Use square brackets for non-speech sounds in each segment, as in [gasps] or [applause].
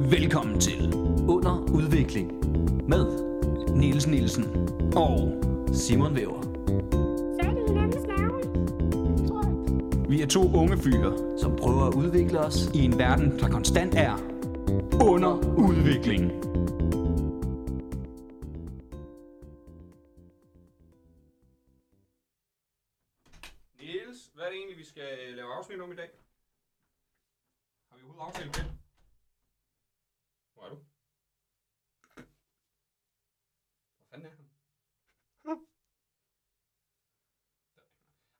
Velkommen til Under Udvikling med Niels Nielsen og Simon Væver. Fat i hinandens nerve. Tror jeg. Vi er to unge fyre, som prøver at udvikle os i en verden, der konstant er under udvikling. Niels, hvad er det egentlig, vi skal øh, lave afsnit om i dag? Har vi overhovedet aftalt det? Hvor er du? Hvor fanden er han?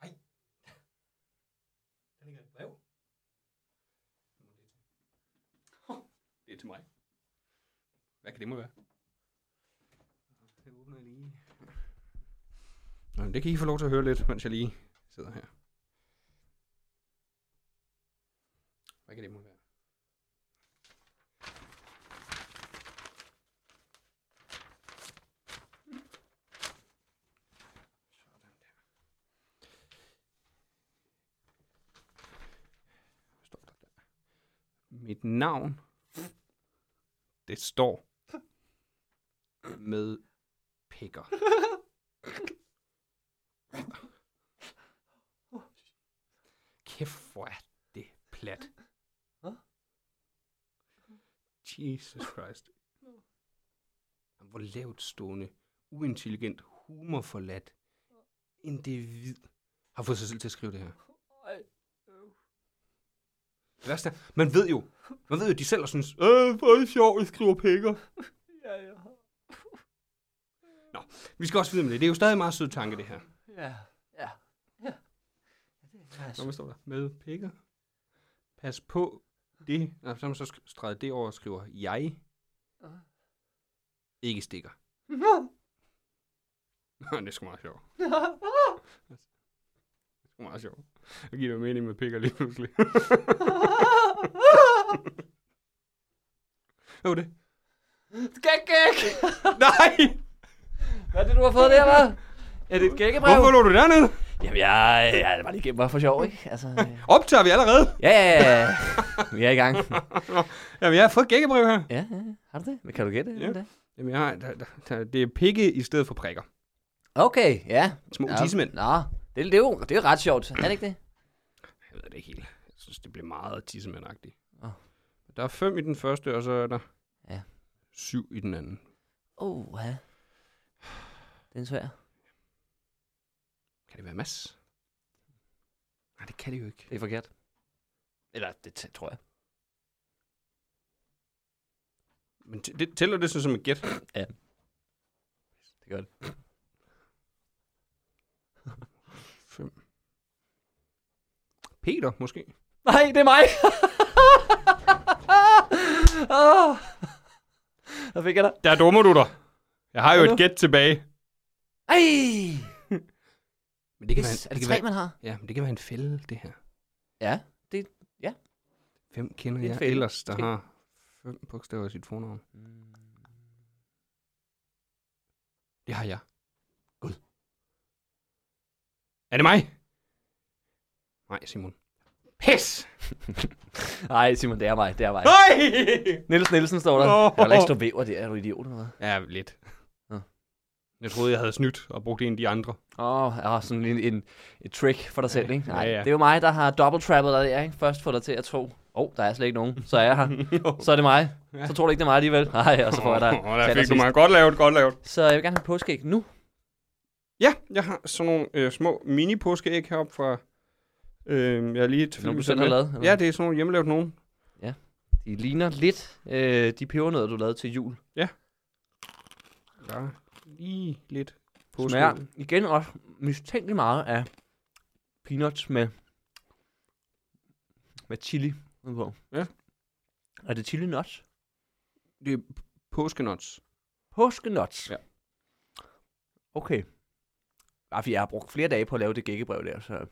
Ej! Der ligger et brev. Det må det til. Hov, Det er til mig. Hvad kan det må være? Det åbner jeg lige. Nå, men det kan I få lov til at høre lidt, mens jeg lige sidder her. Hvad kan det må være? Sådan der. Hvad står der der? Mit navn, det står med pikker. Kæft, hvor er det plat. Hvad? Jesus Christ. Jamen, Hvor lavt stående, uintelligent, humorforladt individ har fået sig selv til at skrive det her. Ej, Det værste er, man ved jo, man ved jo, at de selv har synes, øh, hvor er det sjovt, I skriver pikker. ja, jeg har. Vi skal også videre med det. Det er jo stadig en meget sød tanke, det her. Ja, ja, ja. Ja, det er Nå, hvad altså, står der? Med pikker. Pas på det. Nå, så har man så sk- streget det over og skriver, jeg Ah. ikke stikker. [laughs] Nå, det er sgu meget sjovt. Det er sgu meget sjovt. Det giver jo mening med pikker lige pludselig. [laughs] Hvad var det? Gæk, gæk! Nej! Hvad er det, du har fået der, hvad? Er det et gækkebrev? Hvorfor lå du dernede? Jamen, jeg, jeg, det var lige gennem mig for sjov, ikke? Altså, øh, Optager vi allerede? ja, ja, ja. Vi er i gang. Jamen, jeg har fået et gækkebrev her. Ja, ja. Har du det? Men kan du gætte Ja. det? Jamen, jeg har, der, der, der, det er pikke i stedet for prikker. Okay, ja. Små Ja. tissemænd. Nå, det, det, er jo, det er jo ret sjovt. Er det ikke det? Jeg ved det ikke helt. Jeg synes, det blev meget tissemændagtigt. Åh. Der er fem i den første, og så er der Ah. Ja. syv i den anden. Åh, ja. Den er svær. Kan det være Mads? Nej, det kan det jo ikke. Det er forkert. Eller, det t- tror jeg. Men t- det, tæller det så som et [clears throat] gæt? Det gør det. Fem. Peter, måske? Nej, det er mig! [laughs] oh. Der fik jeg dig. Der dummer du dig. Jeg har jo Hvad et gæt tilbage. Ej! Men det kan, Yes, være, er det det kan tre, være, man har? ja, men det kan være en fælde, det her. Ja, det ja. Hvem kender Det er en jeg fælde. ellers, der Måske. har fem bogstaver i sit fornavn? Det har jeg. Gud. Er det mig? Nej, Simon. Pis! Nej, Simon, det er mig, det er mig. Nej! Niels Nielsen står der. Nå. Jeg vil ikke stå væver der, er du idiot eller hvad? Ja, lidt. Nå. Jeg troede, jeg havde snydt og brugt en af de andre. Åh, oh, sådan en, en, et trick for dig selv, ikke? Nej, Ja, ja. det er jo mig, der har double trappet dig der, ikke? Først får dig til at tro, åh, oh, der er slet ikke nogen, så er jeg her. [laughs] Så er det mig. Så tror du ikke, det er mig alligevel. Nej, og så får jeg dig. Åh, der til fik du allersidst. mig. Godt lavet, godt lavet. Så jeg vil gerne have påskæg nu. Ja, jeg har sådan nogle øh, små mini-påskeæg heroppe fra... Øh, jeg er lige Som du tilfældigvis selv har med. lavet. eller Ja, det er sådan nogle hjemmelavet nogen. De ligner lidt øh, de pebernødder, du lavede til jul. Ja, lige lidt påske. Smager igen også mistænkeligt meget af peanuts med, med chili på. Ja. Er det chili nuts? Det er påskenots. Påskenuts? Ja. Okay. Bare fordi jeg har brugt flere dage på at lave det gækkebrev der, så...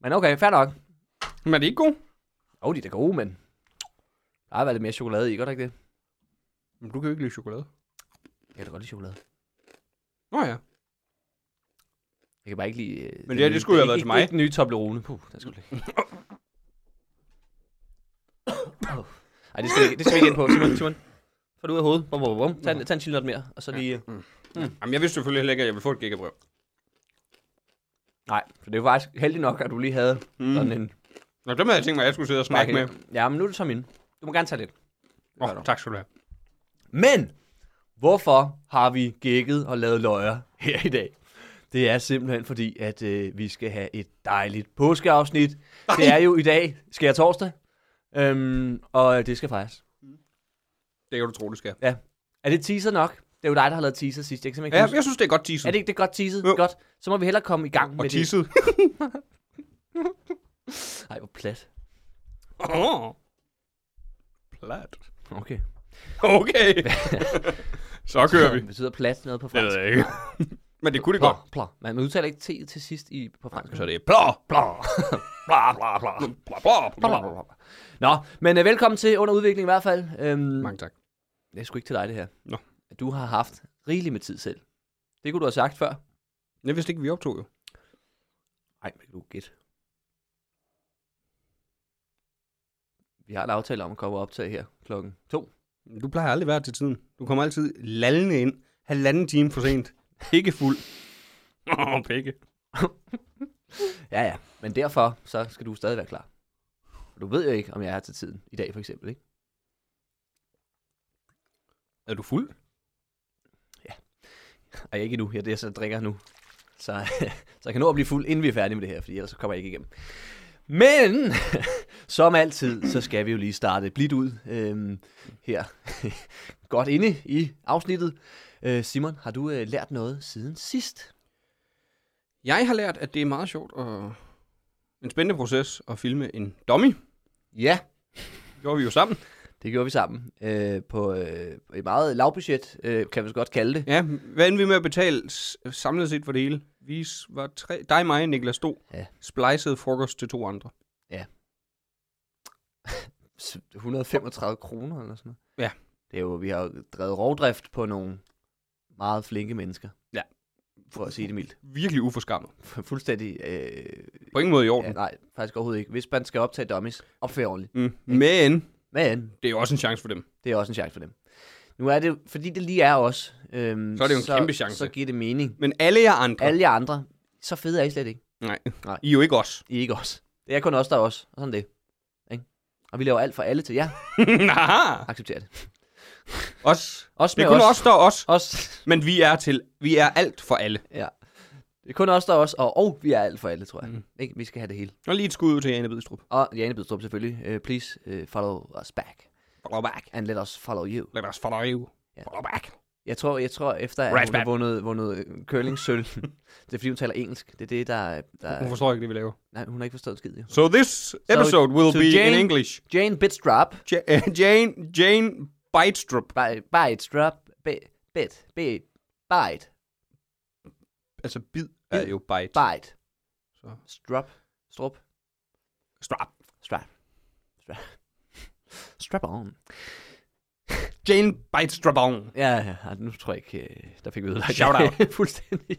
Men okay, fair nok. Men er det ikke god? Jo, de er da gode, men... Der har været lidt mere chokolade i, gør der ikke det? Men du kan jo ikke lide chokolade. Jeg kan da godt lide chokolade. Nå ja. Jeg kan bare ikke lide... øh, Men den det her, det nye- skulle jo have været ikke- til mig. Ikke den nye Toblerone. Puh, der skulle det ikke. [coughs] Ej, det skal, vi, ikke- det skal vi ikke ind på. Simon, Simon. Få det ud af hovedet. Bum, bum, bum. Tag, en- tag en chillert mere, og så lige... Jamen, jeg vidste selvfølgelig heller ikke, at jeg ville få et gigabrev. Nej, for det var faktisk heldigt nok, at du lige havde mm. sådan en... Nå, dem havde jeg tænkt mig, at jeg skulle sidde og snakke med. Ja, men nu er det så min. Du må gerne tage lidt. Åh, oh, tak skal du have. Men hvorfor har vi gækket og lavet løjer her i dag? Det er simpelthen fordi, at øh, vi skal have et dejligt påskeafsnit. Nej. Det er jo i dag, skal jeg torsdag, øhm, og det skal fejres. Det kan du tro, det skal. Ja. Er det teaser nok? Det er jo dig, der har lavet teaser sidst. Jeg Ja, kan simpelthen ikke ja, jeg synes, det er godt teaset. Er det ikke det er godt teaset? Jo. Godt. Så må vi hellere komme i gang Og med [laughs] teaset. det. Ej, hvor plat. Åh. Plat. Okay. [laughs] Okay. Så kører vi. Det betyder plat noget på Det ved fransk. jeg ikke. [laughs] Men det kunne det godt. Plå, plå. Man udtaler ikke T til sidst i, på fransk. Så det er plå. Plå. [laughs] Plå, plå, plå. Plå, plå, plå. Blablabla. Nå, men øh, velkommen til Under Udvikling i hvert fald. Øhm, Mange tak. det er sgu ikke til dig, det her. Nå. Du har haft rigeligt med tid selv. Det kunne du have sagt før. Jeg vidste ikke, vi optog jo. Nej, men du gæt. Vi har en aftale om at komme og optage her klokken to. Du plejer aldrig at være til tiden. Du kommer altid lallende ind. Halvanden time for sent. Ikke fuld. Åh, oh, pikke. Ja, ja. Men derfor, så skal du stadig være klar. Og Du ved jo ikke, om jeg er her til tiden i dag, for eksempel, ikke? Er du fuld? Og ikke nu. Ja, det er så jeg drikker nu. Så, [laughs] så jeg kan nå at blive fuld, inden vi er færdige med det her, fordi ellers så kommer jeg ikke igennem. Men, [laughs] som altid, så skal vi jo lige starte blidt ud øhm, her. [laughs] Godt inde i afsnittet. Øh, Simon, har du øh, lært noget siden sidst? Jeg har lært, at det er meget sjovt og en spændende proces at filme en dummy. Ja, Det gjorde vi jo sammen. det gjorde vi sammen øh, på øh, et meget lavbudget, øh, kan vi så godt kalde det. Ja, hvad end vi med at betale s- samlet set for det hele? Vi s- var tre, dig, mig og Niklas Do, Ja. ja. splicede frokost til to andre. 135 kroner eller sådan noget. Ja. Det er jo, vi har jo drevet rovdrift på nogle meget flinke mennesker. Ja. For at sige det mildt. Virkelig uforskammet. fuldstændig... Øh, På ingen måde i ja, orden. Ja, nej, faktisk overhovedet ikke. Hvis man skal optage dummies, opfør ordentligt. mm. Men Men det er jo også en chance for dem. det er også en chance for dem. Nu er det, fordi det lige er os, øhm, Så er det jo en kæmpe chance. Så giver det mening. Men alle jer andre, alle... Alle jer andre, så fede er I slet ikke. Nej. Nej. I er jo ikke [laughs] os. I er ikke os. Det er kun os, der er os. Og sådan er det. Ikke? Og vi laver alt for alle til jer. Haha, Accepter det. os. Os Det med er kun os. os, der er os. os. Men vi er, til, vi er alt for alle. Ja. Det er kun os, der er os, og, og vi er alt for alle, tror jeg. Mm. Ikke? Vi skal have det hele. Og lige et skud ud til Jane Bidstrup. Og Jane Bidstrup selvfølgelig. Uh, please uh, follow us back. Follow back. And let us follow you. Lad os follow you. Ja. Follow back. Jeg tror, jeg tror efter at Right hun har back. vundet, vundet curling-sølv, [laughs] det er fordi, hun taler engelsk. Det er det, der... Hun der forstår ikke, det vi laver. nej, hun har ikke forstået en skid, jo. So this episode will to be Jane- in English. Jane Bitstrap. Ja, eh, Jane, Jane Bidstrup. Bite, bite, strap, bit, bit, bit, bite, Altså, bid er jo bite. bite. Så. Strap, strup, Strap. strap, strap. Strap on. Jane Bidstrabong. Ja, ja, ja, nu tror jeg ikke, øh, der fik vi ødelagt. det. Shout [laughs] Fuldstændig.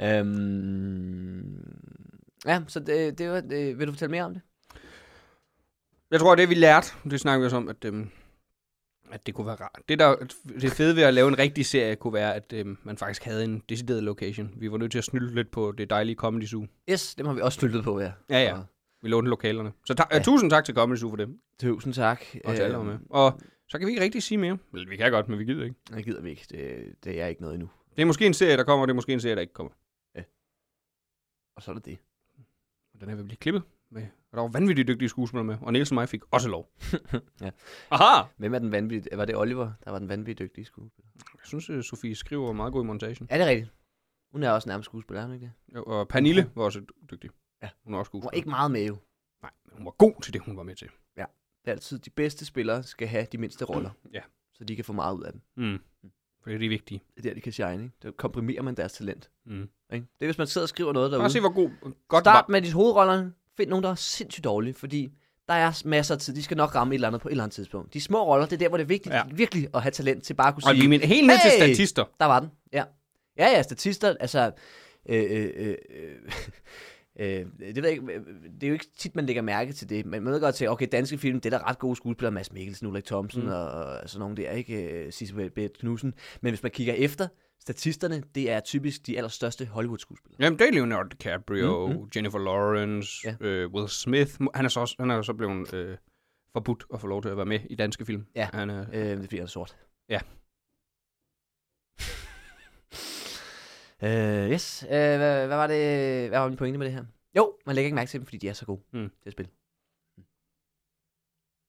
Øhm, ja, så det, det var, det, vil du fortælle mere om det? Jeg tror, det vi lærte, det snakker vi også om, at, øhm, at det kunne være rart. Det, der, det fede ved at lave en rigtig serie kunne være, at øhm, man faktisk havde en decideret location. Vi var nødt til at snylte lidt på det dejlige Comedy Zoo. Yes, dem har vi også støttet på, ja. Ja, ja. Og Vi lånte lokalerne. Så ta- ja. tusind tak til Comedy Zoo for det. Tusind tak. Og til alle, der var Øhm, med. Og så kan vi ikke rigtig sige mere. Eller, vi kan godt, men vi gider ikke. Nej, gider vi ikke. Det, det er ikke noget endnu. Det er måske en serie, der kommer, og det er måske en serie, der ikke kommer. Og så er det det. Den er ved at blive klippet med. Og der var vanvittigt dygtige skuespillere med. Og Niels og mig fik også lov. [laughs] Ja. Aha! Hvem er den vanvittige? Var det Oliver, der var den vanvittige dygtige skuespiller? Jeg synes, at Sofie skriver var meget god i montagen. Er det rigtigt? Hun er også nærmest skuespiller, er hun ikke det? Jo, Og Pernille var også dygtig. Ja. Hun er også Hun var skuespiller. ikke meget med jo. Nej, men hun var god til det, hun var med til. Det er altid, de bedste spillere skal have de mindste roller. Ja. Så de kan få meget ud af dem. Mm. For det er det vigtige. Det er der, de kan shine, ikke? Der komprimerer man deres talent. Mm. Ikke? Det er, hvis man sidder og skriver noget Bare se, derude. hvor god, godt Start Start. med de hovedroller. Find nogen, der er sindssygt dårlige, fordi der er masser af tid. De skal nok ramme et eller andet på et eller andet tidspunkt. De små roller, det er der, hvor det er vigtigt Ja. ja. virkelig at have talent til bare at kunne var. Og vi sige, mener helt ned til Hey! statister. Der var den, ja. Ja, ja, statister, altså... Øh, øh, øh, øh, [laughs] Øh, det, ved jeg ikke, øh, det er jo ikke tit, man lægger mærke til det, men man ved godt til, okay, danske film, det er der ret gode skuespillere, Mads Mikkelsen, Ulrik Thomsen mm. og, og sådan nogle der, ikke? Sisse Bette Knudsen. Men hvis man kigger efter, statisterne, det er typisk de allerstørste Hollywood-skuespillere. Jamen, det er Leonardo DiCaprio, mm-hmm. Jennifer Lawrence, Ja. ja. øh, Will Smith. Mu- Han er så, også, han er jo så blevet øh, forbudt at få lov til at være med i danske film. Ja. Han er, Øh, det er fordi, han er sort. Ja. [laughs] øh, yes. Øh, hvad, hvad, var det, hvad var min pointe med det her? Jo, man lægger ikke mærke til dem, fordi de er så gode mm. Mm. til at spille. Mm.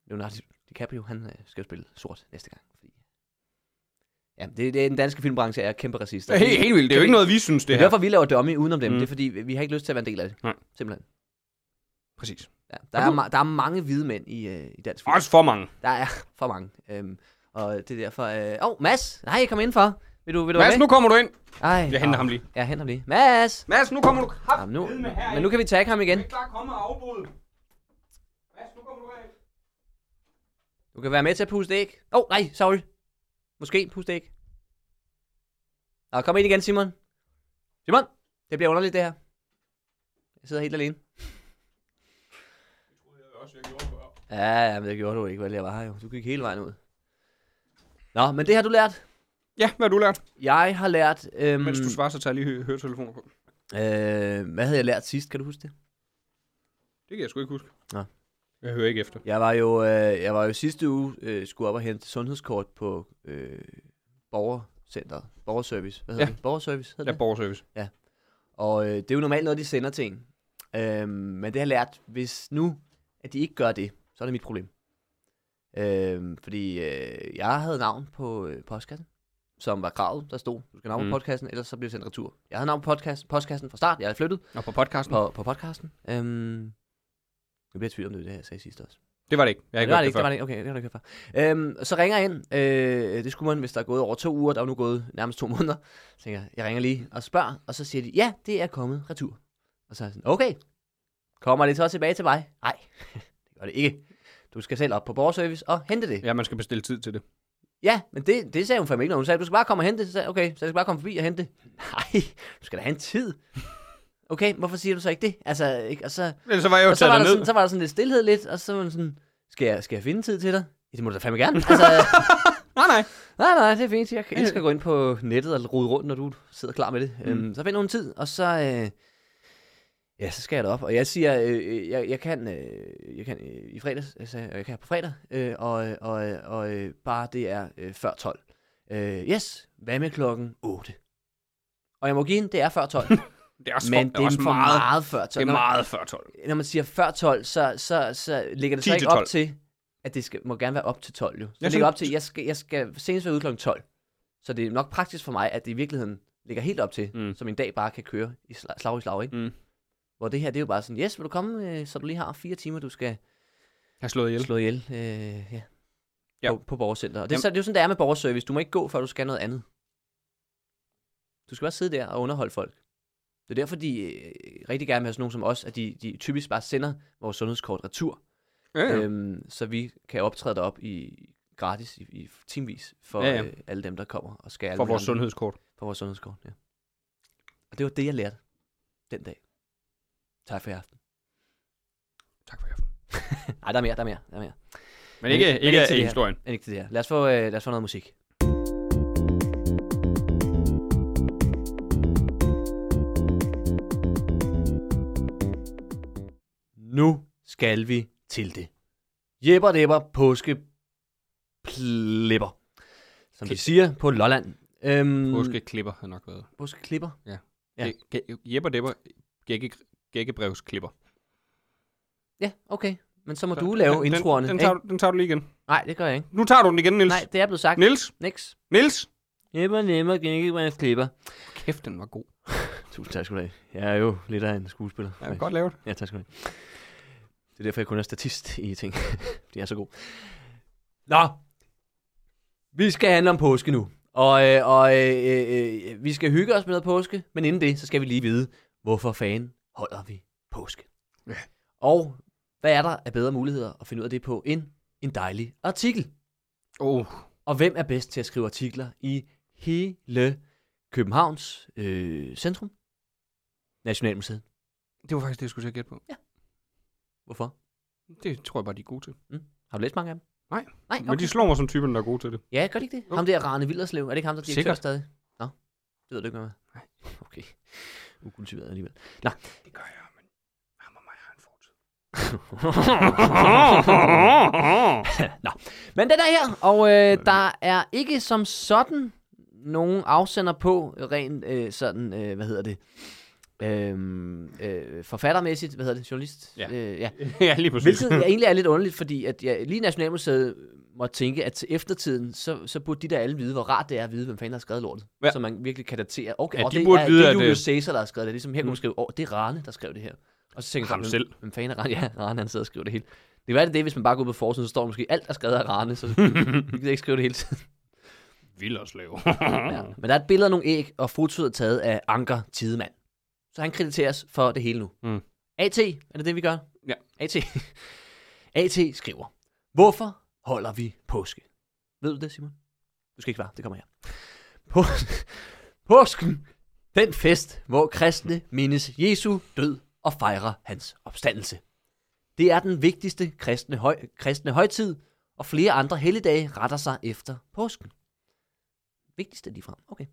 Leonardo DiCaprio, han øh, skal jo spille sort næste gang. Fordi... Ja, det, det er den danske filmbranche er kæmpe racister. det er helt, helt vildt. Det er jo Kan vi- ikke noget, vi synes, Det det er her. derfor, vi laver dummy udenom dem. Mm. Mm. Det er fordi, vi vi har ikke lyst til at være en del af det. Nej. Simpelthen. Præcis. Ja, der, Har er, du- ma- der er mange hvide mænd i, øh, i dansk film. Også for mange. Der er for mange. Øhm, og det er derfor... Åh, øh... oh, Mads! Nej, kom indenfor. Vil du, vil du Mads, være nu med? kommer du ind. Ej, Jeg henter åh. ham lige. Ja, henter ham lige. Mads! Mads, nu kommer du. Hap, Jamen, nu, Ved med herinde. men nu kan vi tagge ham igen. ikke bare komme og afbryde. Mads, nu kommer du ind. Du kan være med til at puste æg. Åh, oh, nej, sorry. Måske puste æg. Nå, kom ind igen, Simon. Simon, det bliver underligt, det her. Jeg sidder helt alene. Ja, ja, men det gjorde du ikke, vel? Jeg var her jo. Du gik hele vejen ud. Nå, men det har du lært. Ja, hvad har du lært? Jeg har lært... Øhm, Mens du svarer, så tager jeg lige hø- høretelefoner på. øh, hvad havde jeg lært sidst? Kan du huske det? Det kan jeg sgu ikke huske. Nå. Jeg hører ikke efter. Jeg var jo, øh, jeg var jo sidste uge øh, skulle op og hente sundhedskort på øh, borgercenteret. Borgerservice. Hvad hedder Ja. det? Borgerservice hedder Ja, det. borgerservice. Og øh, det er jo normalt noget, de sender til en. Øhm, men det har jeg lært, hvis nu, at de ikke gør det, så er det mit problem. Øhm, fordi øh, jeg havde navn på øh, postkassen, som var kravet, der stod, du skal have navn mm. Mm. på postkassen, ellers så bliver det sendt retur. Jeg havde navn på postkassen, postkassen fra start, jeg havde flyttet Og på podcasten. på, på podcasten. Øhm, jeg bliver i tvivl om det, er det her, jeg sagde sidst også. Det var det ikke. Jeg har Det ikke var hørt det det ikke, det før. var det ikke. Okay, det har du ikke hørt før. Øhm, så ringer jeg ind. Øh, det skulle man, hvis der er gået over to uger. Der er jo nu gået nærmest to [laughs] måneder. Så tænker jeg, jeg ringer lige og spørger. Og så siger de, ja, det er kommet retur. Og så er jeg sådan, okay. Kommer det så tilbage til mig? Nej, [laughs] det gør det ikke. Du skal selv op på borgerservice og hente det. Ja, Ja, man skal bestille tid til det. ja men det, det sagde hun familien. Hun sagde, du skal bare komme og hente det. Så sagde jeg, okay, så jeg skal bare komme forbi og hente [laughs] det. Nej, du skal da have en tid. [laughs] Okay, hvorfor siger du så ikke det? Altså, ikke? Og så, Ellers så var jeg jo og så var, taget der sådan, ned. så var der sådan lidt stillhed lidt, og så var den sådan, skal jeg, skal jeg finde tid til dig? Ja, det må du da fandme [laughs] gerne. altså, Nej, nej. nej, nej, det er fint. Jeg elsker at gå ind på nettet og rode rundt, når du sidder klar med det. Mm. Mm. Øhm, så find nogle tid, og så... Øh, ja, så skal jeg derop. Og jeg siger, øh, øh, jeg, jeg kan, øh, jeg kan øh, i fredags, jeg sagde, jeg kan på fredag, øh, og, øh, og, øh, og øh, bare det er øh, før 12. Øh, yes, hvad med klokken 8? Og jeg må give hende, det er [laughs] før 12. Det er også, men for, det er også for meget, meget, meget før 12. Det Når- er meget før 12. når man siger før 12, så, så, så ligger det så 10 ikke til op 12. til, at det skal, må gerne være op til 12 jo. Så Ja, det ligger så- op til, jeg skal, jeg skal senest være ude kl. 12. Så det er nok praktisk for mig, at det i virkeligheden ligger helt op til, mm. Mm. så min dag bare kan køre i slag, slag i slag, ikke? Mm. Hvor det her, det er jo bare sådan, yes, vil du komme, øh, så du lige har fire timer, du skal Jeg har slået ihjel. slå ihjel øh, ja, Ja. På, på borgercenter. Og det, er Jamen- så, det er jo sådan, det er med borgerservice. Du må ikke gå, før du skal noget andet. Du skal bare sidde der og underholde folk. Det er derfor, de øh, rigtig gerne vil have sådan nogen som os, at de, de typisk bare sender vores sundhedskort retur, Ja, ja. øhm, så vi kan optræde derop i gratis i, i timevis for ja, Ja, ja. ja. Øh, alle dem, der kommer og skal alle For mulige vores andre- sundhedskort. For vores sundhedskort, ja. Og det var det, jeg lærte den dag. Tak for i [laughs] aften. Tak for i aften. Nej, der er mere, der er mere, der er mere. Men ikke, Men ikke- ikke, men ikke til ikke det i her. historien. Men ikke til det her. Lad os få, øh, lad os få noget musik. Nu skal vi til det. Jepper depper påske plipper. Som vi Klip. siger på Lolland. Øhm, Husk, klipper har nok været. Påskeklipper. Ja. Ja. Jeppe og Depper, gække- gækkebrevsklipper. Ja, okay. Men så må Så du den- lave den- introerne. Den, den, ikke? tager, du- den tager du lige igen. Nej, det gør jeg ikke. Nu tager du den igen, Nils. Nej, det er blevet sagt. Nils, Niks. Nils. Jepper nemmer gækkebrevsklipper. Kæft, den var god. Tusind tak skal du have. Jeg er jo lidt af en skuespiller. Jeg kan godt lave det. Ja, tak skal du have. Det er derfor, jeg kun er statist i ting. [laughs] Fordi jeg er så god. Nå, vi skal handle om påske nu. Og, øh, og øh, øh, øh, vi skal hygge os med noget påske, men inden det, så skal vi lige vide, hvorfor fanden holder vi påske? Ja. Og hvad er der af bedre muligheder at finde ud af det på end en dejlig artikel? Oh, Og hvem er bedst til at skrive artikler i hele Københavns øh, centrum? Nationalmuseet. Det var faktisk det, jeg skulle til at gætte på. Hvorfor? Det tror jeg bare, de er gode til. Har du læst mange af dem? Nej. Nej, Men de okay. slår mig som typen, der er gode til det. Ja, gør det ikke det? Jo. Ham der Rane Villerslev, er det ikke ham, der er direktør Sikkert. stadig? Nå, det ved du ikke, hvad med. Nej. [laughs] Okay. Ukultiveret alligevel. Det gør jeg, men ham og mig har en fortid. [laughs] Nå, men den er her, og øh, der er ikke som sådan nogen afsender på, rent øh, sådan, øh, hvad hedder det, øhm, øh, forfattermæssigt, hvad hedder det, journalist? Ja. Øh, ja. [laughs] ja, lige præcis. Hvilket [laughs] jeg egentlig er lidt underligt, fordi at jeg, lige Nationalmuseet må tænke, at til eftertiden, så, så burde de der alle vide, hvor rart det er at vide, hvem fanden der har skrevet lortet. Ja. Ja. Så man virkelig kan datere. Okay, Ja, og de det, burde er, vide, det er at, øh, Julius Caesar, der har skrevet det. Ligesom her kunne Mm. man skrive, åh, oh, det er Rane, der skrev det her. Og så tænker Ham folk, selv. Hvem fanden er Rane? [laughs] Ja, Rane, han sidder og skriver det hele. Det kan være, det er det, hvis man bare går ud på forsiden, så står der måske alt er skrevet af [laughs] Rane, så vi kan ikke skrive det hele tiden. Villerslev. Ja. Men der er et billede af nogle æg, og fotoet er taget af Anker Tidemand. Så han krediteres for det hele nu. Mm. AT, er det det, vi gør? Ja. [laughs] AT. AT skriver, hvorfor holder vi påske? Ved du det, Simon? Du skal ikke svare, det kommer her. [laughs] Pås- Påsken, den fest, hvor kristne mindes Jesu død og fejrer hans opstandelse. Det er den vigtigste kristne, høj- kristne højtid, og flere andre helligdage retter sig efter påsken vigtigste lige frem. Okay.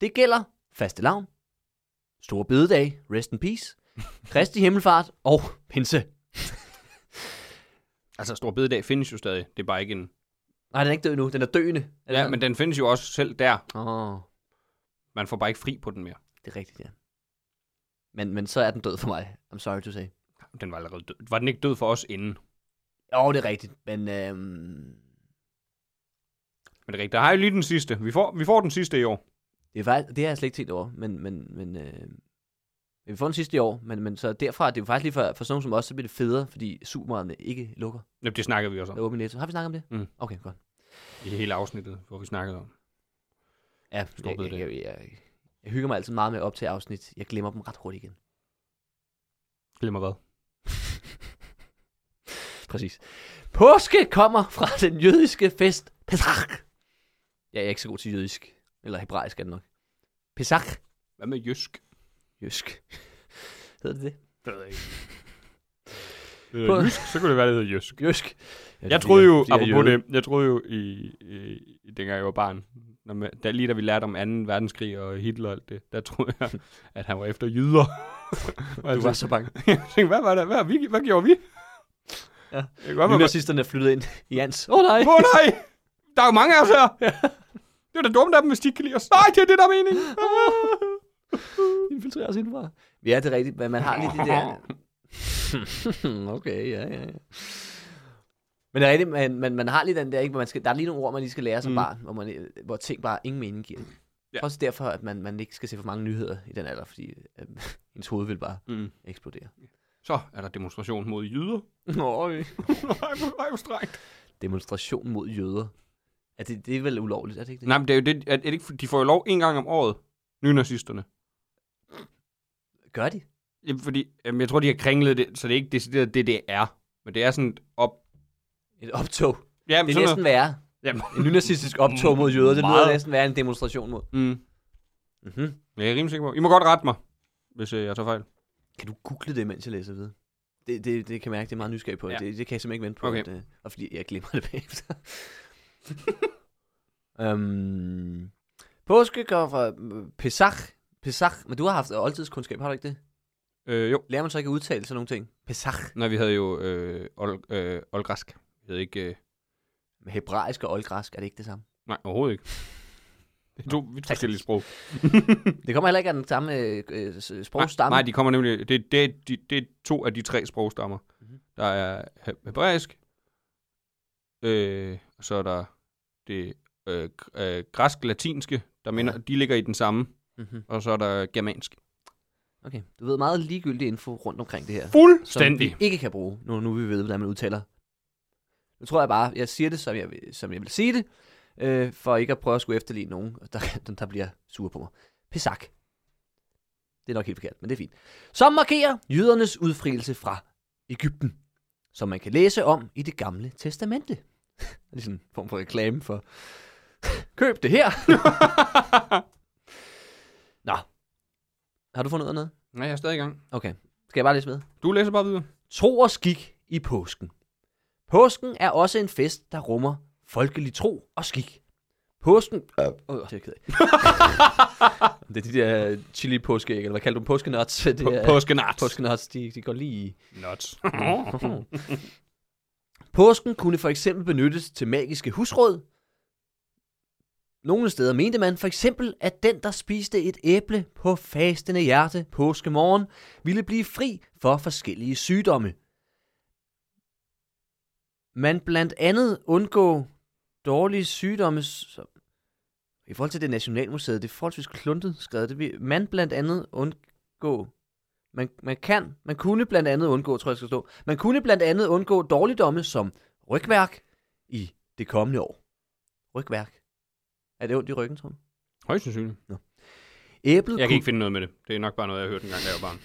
Det gælder faste lavn, store bededag, rest in [laughs] peace, Kristi himmelfart og pinse. [laughs] altså, Stor Bededag findes jo stadig. Det er bare ikke en... Nej, den er ikke død nu. Den er døende. Er det Ja, sådan? men den findes jo også selv der. Åh, oh, Man får bare ikke fri på den mere. det er rigtigt, ja. Men, men så er den død for mig. I'm sorry to say. Den var allerede død. Var den ikke død for os inden? Jo, det er rigtigt, men øhm, Men det er rigtigt. Der har jo lige den sidste. Vi får, vi får den sidste i år. det, er faktisk, det har jeg slet ikke tænkt over. Men, men, men øh, vi får den sidste i år, men, men så derfra, det er jo faktisk lige for, for sådan nogen som os, så bliver det federe, fordi supermarkederne ikke lukker. Nå, Det snakkede vi også Der om er åbent i Netto. Har vi snakket om det? Mm. Okay, godt. i hele afsnittet, hvor vi snakkede om. Ja, Stor jeg, jeg, bededag. jeg, jeg, jeg hygger mig altid meget med at optage afsnit. Jeg glemmer dem ret hurtigt igen. Glemmer hvad? [laughs] Præcis. Påske kommer fra den jødiske fest Pesach. Jeg er ikke så god til jødisk. Eller hebraisk er det nok. Pesach. Hvad med jysk? Jøsk. [laughs] Hedder det det? Det ved jeg ikke. Det hedder På- Øh, jysk, så kunne det være, det hedder jysk. Jøsk. Ja, Jeg troede jo, fordi jeg er apropos jøde. det, jeg troede jo i, i, i dengang jeg var barn, når man, da, lige da vi lærte om 2. verdenskrig og Hitler og alt det, der troede [laughs] jeg, at han var efter jyder. [laughs] Du var så bange. jeg tænkte, hvad var det? Hvad, vi, hvad gjorde vi? Ja. Jeg kan godt være- Nynazisterne er flyttet ind i Jans. Åh oh, nej. Åh oh, nej! Der er jo mange af os [laughs] her! Det er da dumt af dem, hvis de ikke kan lide os. Nej, det er det, der er meningen! [laughs] Infiltrerer os indenfra. Ja, det er rigtigt, men man har lidt det der... okay, ja, ja, ja. Men det er rigtigt, man, man, man har lige den der, ikke? hvor Man skal, der er lige nogle ord, man lige skal lære som Mm. mm. barn, hvor, man, øh, hvor ting bare ingen mening giver. Ja. Ja. Også derfor, at man, man ikke skal se for mange nyheder i den alder, fordi øh, [laughs] ens hoved vil bare Mm. eksplodere. Så er der demonstration mod jyder. [laughs] Nøj. Nej, hvor- nej, hvor strengt. Demonstration mod jøder. Er det, det er vel ulovligt, er det ikke det? Nej, men det er jo det, er, er det ikke, de får jo lov en gang om året, nynazisterne. Gør de? Jamen, fordi, jamen, jeg tror, de har kringlet det, så det er ikke decideret det, det er. Men det er sådan et op... Et optog. Ja, Det er næsten værre. Jamen. En nynazistisk optog mod jøder, det lyder Meget. næsten værre end en demonstration mod. Mm, Mm-hmm. jeg er rimelig sikker på. I må godt rette mig, hvis øh, jeg tager fejl. Kan du google det, mens jeg læser videre? Det, det, det kan jeg mærke, det er meget nysgerrig på. Ja. Ja. Det, det kan jeg simpelthen ikke vente på, Okay. okay. at, øh, og fordi jeg glemmer det bagefter. [laughs] um, påske går fra øh, Pesach. Pesach. Men du har haft oldtidskundskab, har du ikke det? Øh, jo. Lærer man så ikke at udtale sådan nogle ting? Pesach. Nej, vi havde jo øh, old, øh, oldgræsk. Vi havde ikke... Øh, Med hebraisk og oldgræsk er det ikke det samme. nej, overhovedet ikke. Det er to vidt forskellige sprog. Det kommer heller ikke af den samme øh, øh, s- sprogstamme. Nej, nej, de kommer nemlig... Det, det, det, det er to af de tre sprogstammer. Mhm. Der er he- hebraisk, øh, og så er der det øh, gr- øh, græsk-latinske, der minder, Ja. de ligger i den samme, Mm-hmm. og så er der germansk. Okay, du ved meget ligegyldig info rundt omkring det her. som Fuldstændig! vi ikke kan bruge, nu, nu vi ved, hvordan man udtaler. Nu tror jeg bare, jeg siger det, som jeg, vil- som jeg vil sige det, øh, for ikke at prøve at skulle efterligne nogen, der, [laughs] der bliver sur på mig. Pesak. Det er nok helt forkert, men det er fint. Som markerer jødernes udfrielse fra Ægypten, som man kan læse om i det gamle testamente. [laughs] Det er sådan en form for reklame for, [laughs] køb det her. Nå, har du fundet ud af noget? Nej, jeg er stadig i gang. Okay. Skal jeg bare læse med? Du læser bare videre. Tro og skik i påsken. Påsken er også en fest, der rummer folkelig tro og skik. Påsken... Øh, øh, det er jeg ked af. [laughs] det er de der chili påskeæg, eller hvad kalder du dem? Påskenuts? [laughs] Det er, På- Påskenart. påskenuts, de, de går lige i. Nuts. Påsken kunne for eksempel benyttes til magiske husråd. Nogle steder mente man for eksempel, at den, der spiste et æble på fastende hjerte påskemorgen, ville blive fri for forskellige sygdomme. Man blandt andet undgå dårlige sygdomme... Som I forhold til det Nationalmuseet, det er forholdsvis kluntet skrevet. Det, vil- man blandt andet undgå man, man kan, man kunne blandt andet undgå, tror jeg, jeg skal stå, man kunne blandt andet undgå dårligdomme som rygværk i det kommende år. Rygværk. Er det ondt i ryggen, tror du? [laughs] Højst sandsynligt. Æblet Jeg kan kunne- ikke finde noget med det. Det er nok bare noget, jeg hørte en gang, da jeg var barn.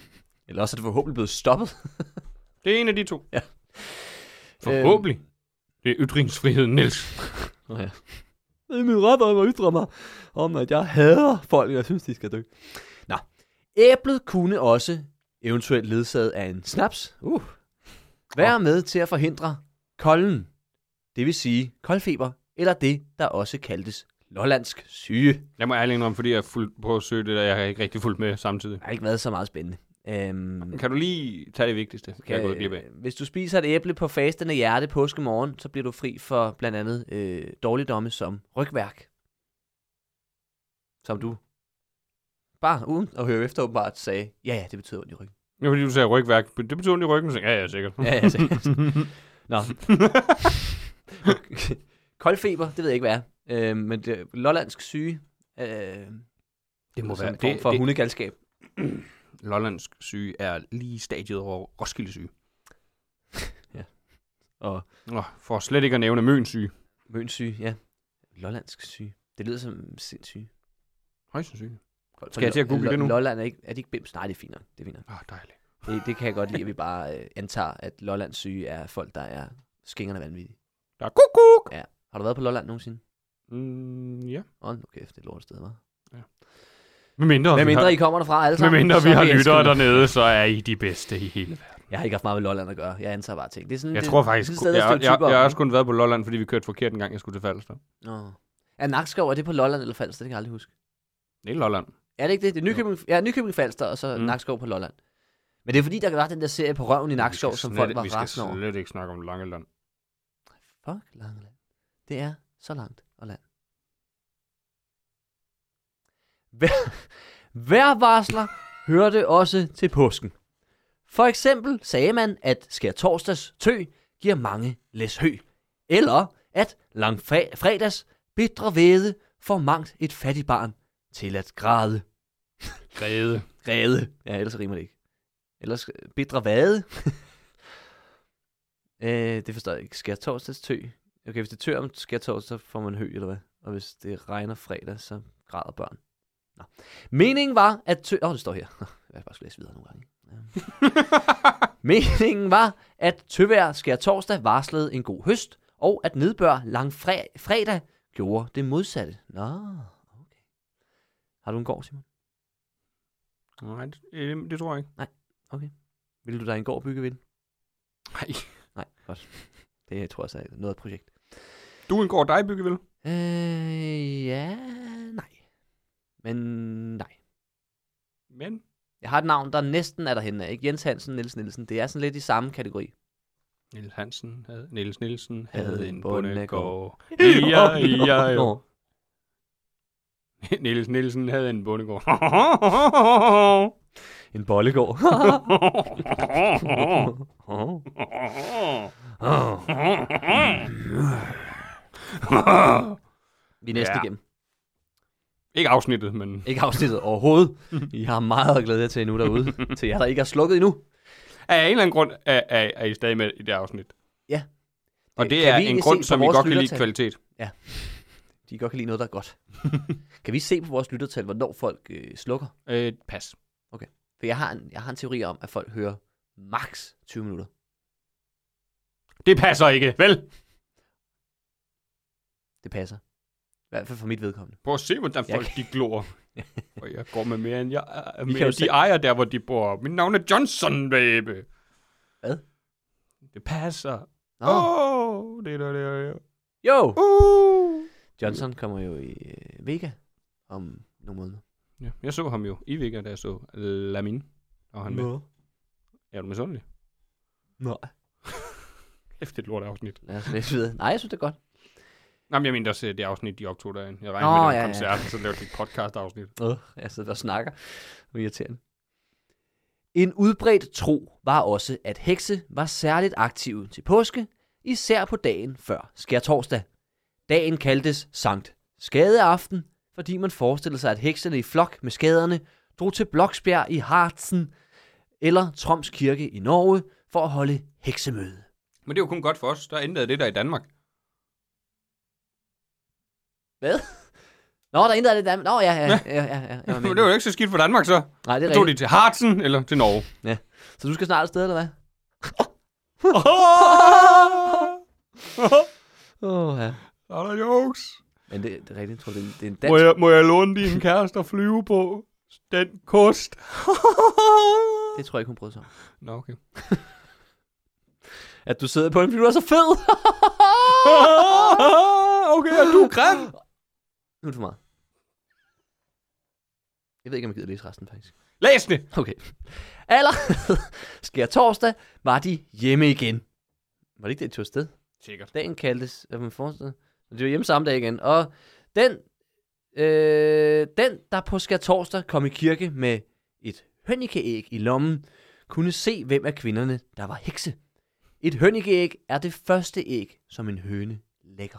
Eller også er det forhåbentlig blevet stoppet. [laughs] Det er en af de to. Ja. Forhåbentlig. Øhm. Det er ytringsfriheden, Niels. Nå ja. Det er min ret om at ytre mig om, at jeg hader folk, og jeg synes, de skal dø. Nå. Æblet kunne også, eventuelt ledsaget af en snaps, uh, være med til at forhindre kolden, det vil sige koldfeber, eller det, der også kaldtes lollandsk syge. Jeg må ærligt indrømme, fordi jeg fuldt på at søge det, der jeg har ikke rigtig fulgt med samtidig. Der har ikke været så meget spændende. Øhm, Kan du lige tage det vigtigste? Kan jeg gå glip af? Øh, hvis du spiser et æble på fastende hjerte påskemorgen, så bliver du fri for blandt andet øh, dårligdomme som rygværk. Som du bare uden at høre efter åbenbart sagde, ja ja, det betyder ondt i [laughs] ryggen. Ja, fordi du sagde rygværk. Det betyder ondt i ryggen. Så, ja, ja, sikkert. Ja, ja, sikkert. Nå. [laughs] Koldfeber, det ved jeg ikke hvad er. Øh, men det, lollandsk syge, øh, Det må som være. en form Det, for det, hundegalskab. [clears throat] Lollandsk syge er lige stadiet over Roskilde syge. Og Nå, for slet ikke at nævne Møns syge. mønsyge, ja. Lollandsk syge. Det lyder som sindssyge. Højst sandsynligt. Folk Skal jeg fra til at google Lo- det nu? Lolland er, ikke, er de ikke bims? Nej, det er fint nok. Det, er fint nok. Åh, dejligt. Det, det kan jeg godt lide, at vi bare øh, antager, at Lollands syge er folk, der er skingerne vanvittige. Der er kuk, kuk. Har du været på Lolland nogensinde? Mm, ja. Åh, oh, okay, det er et lortet sted, hva'? Med mindre, Hvad vi mindre har, I kommer derfra alle sammen? med mindre så vi er har det lyttere elskende. dernede, så er I de bedste i hele verden. Jeg har ikke haft meget med Lolland at gøre. Jeg antager bare ting. Det er sådan, Jeg det, tror faktisk, det er jeg, sådan et sted, jeg, jeg, jeg har er også kun været på Lolland, fordi vi kørte forkert en gang, jeg skulle til Falster. Nå. Er Nakskov, er det på Lolland eller Falster? Det kan jeg aldrig huske. Det er Lolland. Er det ikke det? Det er Nykøbing, ja, Nykøbing Falster, og så Mm. mm. Nakskov på Lolland. Men det er fordi, der var den der serie på røven i Nakskov, som folk var Vi skal rasende over. slet ikke snakke om Langeland. Fuck Langeland. Det er så langt og land. Hver, hver varsler hørte også til påsken. For eksempel sagde man, at skær torsdags tø giver mange læshø. Eller at langfredags bitre væde får mangt et fattigt barn til at græde. Græde. Ræde. Ja, ellers rimer det ikke. Ellers øh, bitre vade. [laughs] øh, det forstår jeg ikke. Skær torsdags tø. Okay, hvis det tør om skær torsdag, så får man hø, eller hvad? Og hvis det regner fredag, så græder børn. Nå. Meningen var, at tø... Åh, oh, det står her. [laughs] Jeg har bare skulle læse videre nogle gange. Ja. Meningen var, at tøvær skær torsdag varslede en god høst, og at nedbør lang fredag gjorde det modsatte. Nå, okay. Har du en gård, Simon? [laughs] Nej, det, øh, det tror jeg ikke. Vil du der en gård bygge ved? Nej. Nej, godt. Det tror jeg så er noget af et projekt. Du er en gård, dig bygge vil. Øh, ja, nej. Men nej. Men Jeg har et navn, der næsten er derhen af, ikke? Jens Hansen, Niels Nielsen. Det er sådan lidt i samme kategori. Niels Hansen havde, Niels Nielsen Havde havde en en bondegård. bondegård. [laughs] Ja, [laughs] ja, ja. Niels Nielsen havde en [laughs] bondegård. En [laughs] bollegård. Vi er næsten Ja. igennem. [laughs] ikke afsnittet, men... Ikke afsnittet overhovedet. I har meget at glæde jer til endnu derude. til jer, der ikke har slukket endnu. Af en eller anden grund er, er, er I stadig med i det afsnit. Ja. Og det, Kan det er vi en egentlig grund, se på som I vores godt kan lide lyttertal? kvalitet. De godt kan lide noget, der er [laughs] godt. kan vi se på vores lyttertal, hvornår folk øh, slukker? Øh, pas. For jeg har, en, jeg har en teori om, at folk hører maks 20 minutter. Det passer ikke, vel? Det passer. I hvert fald for mit vedkommende. Prøv at se, hvordan Jeg folk de [laughs] glor. Og jeg går med mere, end jeg er. Mere jo de selv- ejer der, hvor de bor. Mit navn er Johnson, baby. Hvad? Det passer. Nå, oh. Åh, oh, det er der, det er der. jo! Uh. Johnson kommer jo i øh, Vega om nogle måneder. Ja, jeg så ham jo i Vigga, da jeg så Lamin. Og han med. Er du misundelig? [laughs] Nej. Efter et lort afsnit. Lad os læse videre. Nej, jeg synes det er godt. Nej, men jeg mente også øh, det afsnit, de optog derinde. Jeg Nå, regnede med, det var ja, en ja. koncert, og så lavede de et podcast-afsnit. Øh, jeg sidder og snakker. Det er irriterende. En udbredt tro var også, at hekse var særligt aktive til påske, især på dagen før skærtorsdag. Dagen kaldtes Sankt Skadeaften, fordi man forestillede sig, at heksene i flok med skaderne drog til Bloksbjerg i Harzen eller Troms Kirke i Norge for at holde heksemøde. Men det var kun godt for os. Der ændrede det der i Danmark. Hvad? Nå, der er intet af det der. Nå, ja, ja, ja, ja, ja, ja, ja, Men [laughs] det var jo ikke så skidt for Danmark, så. Nej, det Så er tog de rigtigt. til Harzen eller til [laughs] Norge. Så du skal snart afsted, eller hvad? Åh, oh, ja. Så er der jokes. Men det, det er rigtigt, jeg tror, det er, en- det er en Må dansk... jeg, må jeg låne din kæreste at flyve på? Den [laughs] kost. Det tror jeg ikke, hun brød sig om. Nå, okay. At du sidder på en, fordi du er så [laughs] fed! [laughs] okay, og du er grim. nu er det for meget. Jeg ved ikke, om jeg gider læse resten, faktisk. Læs det. Okay. Aller [laughs] skær torsdag var de hjemme igen. Var det ikke det, de tog afsted? Sikkert. Dagen kaldtes, hvad man forestillede. Men de var hjemme samme dag igen. Og den, øh, den der på skær torsdag kom i kirke med et hønnikeæg i lommen, kunne se, hvem af kvinderne, der var hekse. Et hønnikeæg er det første æg, som en høne lægger.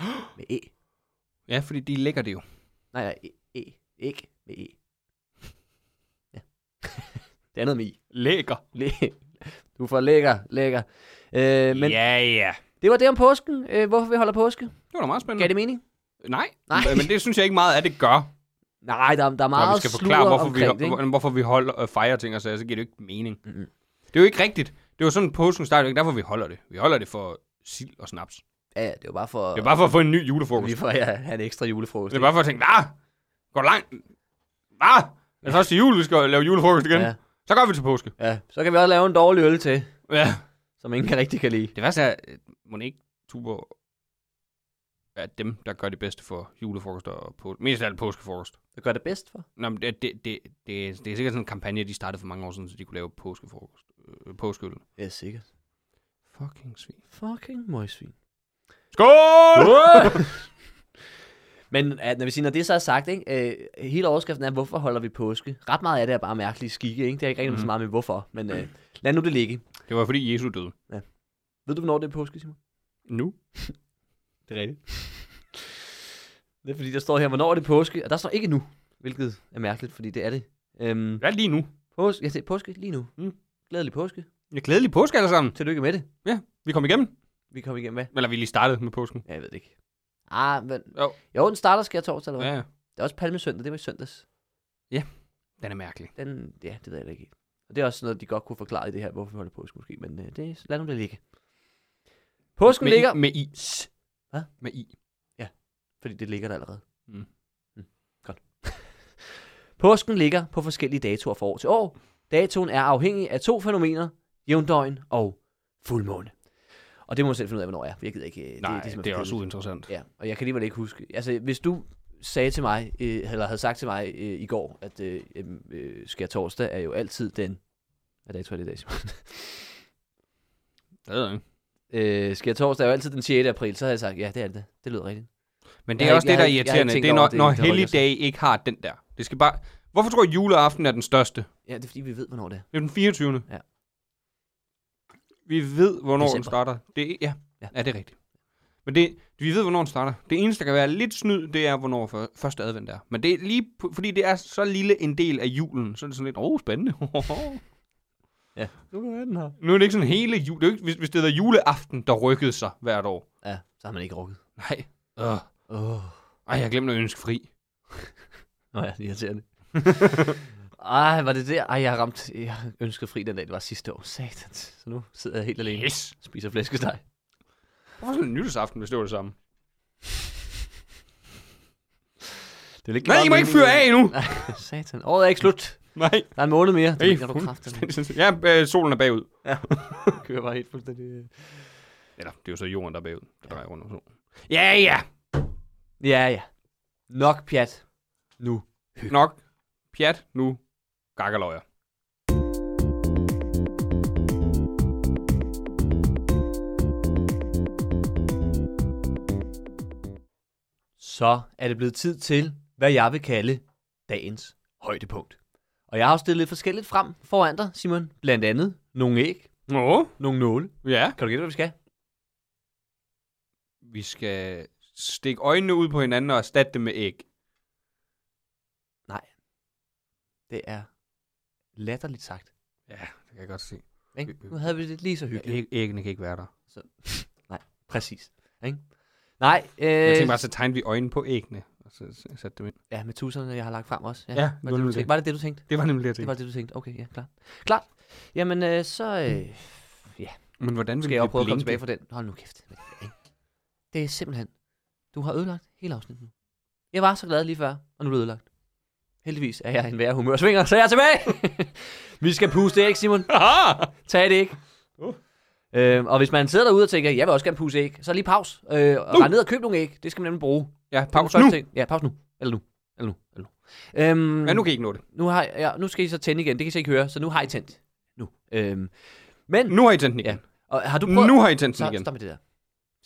[gasps] Med æ. Ja, fordi de lægger det jo. Nej, nej, æ. æ. Æg med æ. Ja. [laughs] det er noget med i. Lægger. Læ- Du får lækker, lækker. Øh, men Ja, ja. det var det om påsken. Øh, hvorfor vi holder påske. Det var da meget Gav spændende. det mening? Nej, Nej. men det synes jeg ikke meget af det gør. Nej, der, der er Når vi meget skal sludder forklare, hvorfor vi, omkring det, ikke? hvor, hvorfor vi holder og fejrer ting og sager, så giver det jo ikke mening. Mm-mm. Det er jo ikke rigtigt. Det var sådan, påsken startede. Det er ikke derfor, vi holder det. Vi holder det for sild og snaps. Ja, ja, det var bare for... Det er bare for at få en ny julefrokost. Lige for at have en ekstra julefrokost. Det er bare for at tænke, hvad? Går det langt? Hvad? Det er først til jul, vi skal lave julefrokost igen. Ja. Ja. Så går vi til påske. Ja, så kan vi også lave en dårlig øl til, Ja. som ingen kan rigtig kan lide. Det værste er, at Monique Tuborg er dem, der gør det bedste for julefrokost og på, mest af alt påskefrokost. Det gør det bedst for. Nå, men det, det, det, det, er- det er sikkert sådan en kampagne, de startede for mange år siden, så de kunne lave påskefrokost. Øh, påskeøl. Ja, sikkert. Fucking svin. Fucking møgsvin. Skål! [laughs] Men at, når, vi siger, når det så er sagt, ikke, øh, hele overskriften er, hvorfor holder vi påske? Ret meget af det er bare mærkelige skikke. Ikke? Det er ikke rigtig mm. så Mhm. meget med hvorfor, men øh, lad nu det ligge. Det var fordi Jesu døde. Ved du, hvornår det er påske, Simon? Nu? Det er rigtigt. det er fordi, der står her, hvornår er det påske? Og der står ikke nu, hvilket er mærkeligt, fordi det er det. Øhm, Hvad er lige nu? påske, jeg siger påske lige nu. Hmm, Mm. Glædelig påske. Ja, glædelig påske alle sammen. Tillykke med det. Vi kom igennem. Vi kommer igennem med. Eller vi lige startede med påsken. Ja, jeg ved det ikke. Ah, men... Jo. Jo, den starter skær torsdag, eller hvad? Ja, Ja. ja. Det er også palmesøndag, det var i søndags. Den er mærkelig. Den, ja, det ved jeg da ikke. helt. Og det er også noget, de godt kunne forklare i det her, hvorfor vi holder påske måske, men øh, det, lad nu det ligge. Påsken med ligger... I, med I. Hvad? Med I. Fordi det ligger der allerede. Mm. Mm. Godt. [laughs] Påsken ligger på forskellige datoer fra år til år. Datoen er afhængig af to fænomener, jævndøgn og fuldmåne. Og det må man selv finde ud af, hvornår jeg er, for jeg gider ikke... øh, Nej, simpelthen det, for det er også kedeligt. uinteressant. Ja, og jeg kan alligevel ikke huske. Altså, hvis du sagde til mig, øh, eller havde sagt til mig øh, i går, at øh, øhm, øh, skær torsdag er jo altid den... Hvad dato er det i [laughs] dag, Simon? Det ved jeg ikke. øh, skær torsdag er jo altid den 6. april, så havde jeg sagt, ja, det er det. Det lyder rigtigt. Men det Jeg er har også ikke- det, der er jeg har ikke- jeg har ikke irriterende. tænkt Det er, når, over, at det- når det rykker sig. helligdage ikke har den der. Det skal bare... Hvorfor tror jeg, juleaften er den største? Ja, det er fordi, vi ved, hvornår det er. Det er den 24. Ja. Vi ved, hvornår December. den December. starter. Det er, ja. Ja. ja, er det er rigtigt. Men det, vi ved, hvornår den starter. Det eneste, der kan være lidt snyd, det er, hvornår før- første advent er. Men det er lige, på- fordi det er så lille en del af julen, så er det sådan lidt, åh, oh, spændende. [laughs] Ja. Nu er den her. nu er det ikke sådan hele jul. Det er jo ikke, hvis, hvis det hedder juleaften, der rykkede sig hvert år. Ja, så har man ikke rukket. Nej. Øh. Åh. Ej, jeg glemte at ønske fri. Nå ja, irriterende. Ej, var det der? Ej, jeg har ramt. Jeg ønskede fri den dag, det var sidste år. Satans. Så nu sidder jeg helt alene Yes. og spiser flæskesteg. Hvorfor sådan en nytårsaften, hvis det var det samme? Det vil ikke Nej, meget I må ikke mening. øh. fyre af endnu! Nej, satan. Året er ikke slut. Nej. Der er en måned mere. Hey, Det kan du kræfte. [laughs] ja, øh, solen er bagud. kører bare helt fuldstændig... øh. Eller, det er jo så jorden, der er bagud, der drejer rundt om solen. Ja, ja. Ja, ja. Nok pjat. Nu. Nok. Pjat nu. Gakkerløjer. Så er det blevet tid til, hvad jeg vil kalde dagens højdepunkt. Og jeg har jo stillet lidt forskelligt frem foran dig, Simon. Blandt andet nogle æg, Nå, nogle nåle. ja. Kan du gætte, hvad vi skal? Vi skal stikke øjnene ud på hinanden og erstatte dem med æg. Det er latterligt sagt. Ja, det kan jeg godt se. Ikke? Nu havde vi det lige så hyggeligt. Æg, æggene kan ikke være der. Præcis. Ikke? Nej, Jeg øh, tænkte bare, så tegnede vi øjnene på æggene, og så så satte dem ind. ja, med tuserne, jeg har lagt frem også. Ja, det var var, det, du det. tænkte? var det det, du tænkte? Det var nemlig det, jeg Det tænkte. var det, du tænkte. Okay, ja, klart. Klart. Jamen, øh, så øh, Men hvordan skal ville jeg vi jo prøve at komme blinke? tilbage fra den. Hold nu kæft. Ikke? Det er simpelthen... Du har ødelagt hele afsnittet nu. Jeg var så glad lige før, og nu er det ødelagt. Heldigvis er jeg en værre humørsvinger, så jeg er tilbage! [laughs] Vi skal puste [laughs] æg, Simon. Aha! Tag det ikke. Uh. Øhm, og hvis man sidder derude og tænker, jeg vil også gerne puse æg, så lige pause. Øh, og Nu. rend ned og køb nogle æg. Det skal man nemlig bruge. Det Ja, er den pause første nu. Ting. Ja, pause nu. Eller nu. Eller nu. Eller nu. Øhm, Ja, nu kan I ikke nå det. nu, har jeg, ja, nu skal I så tænde igen. Det kan I så ikke høre, så nu har I tændt. Nu. Øhm, men, Nu har I tændt den igen. og har du prøvet... Nu har I tændt den så, igen. stop med det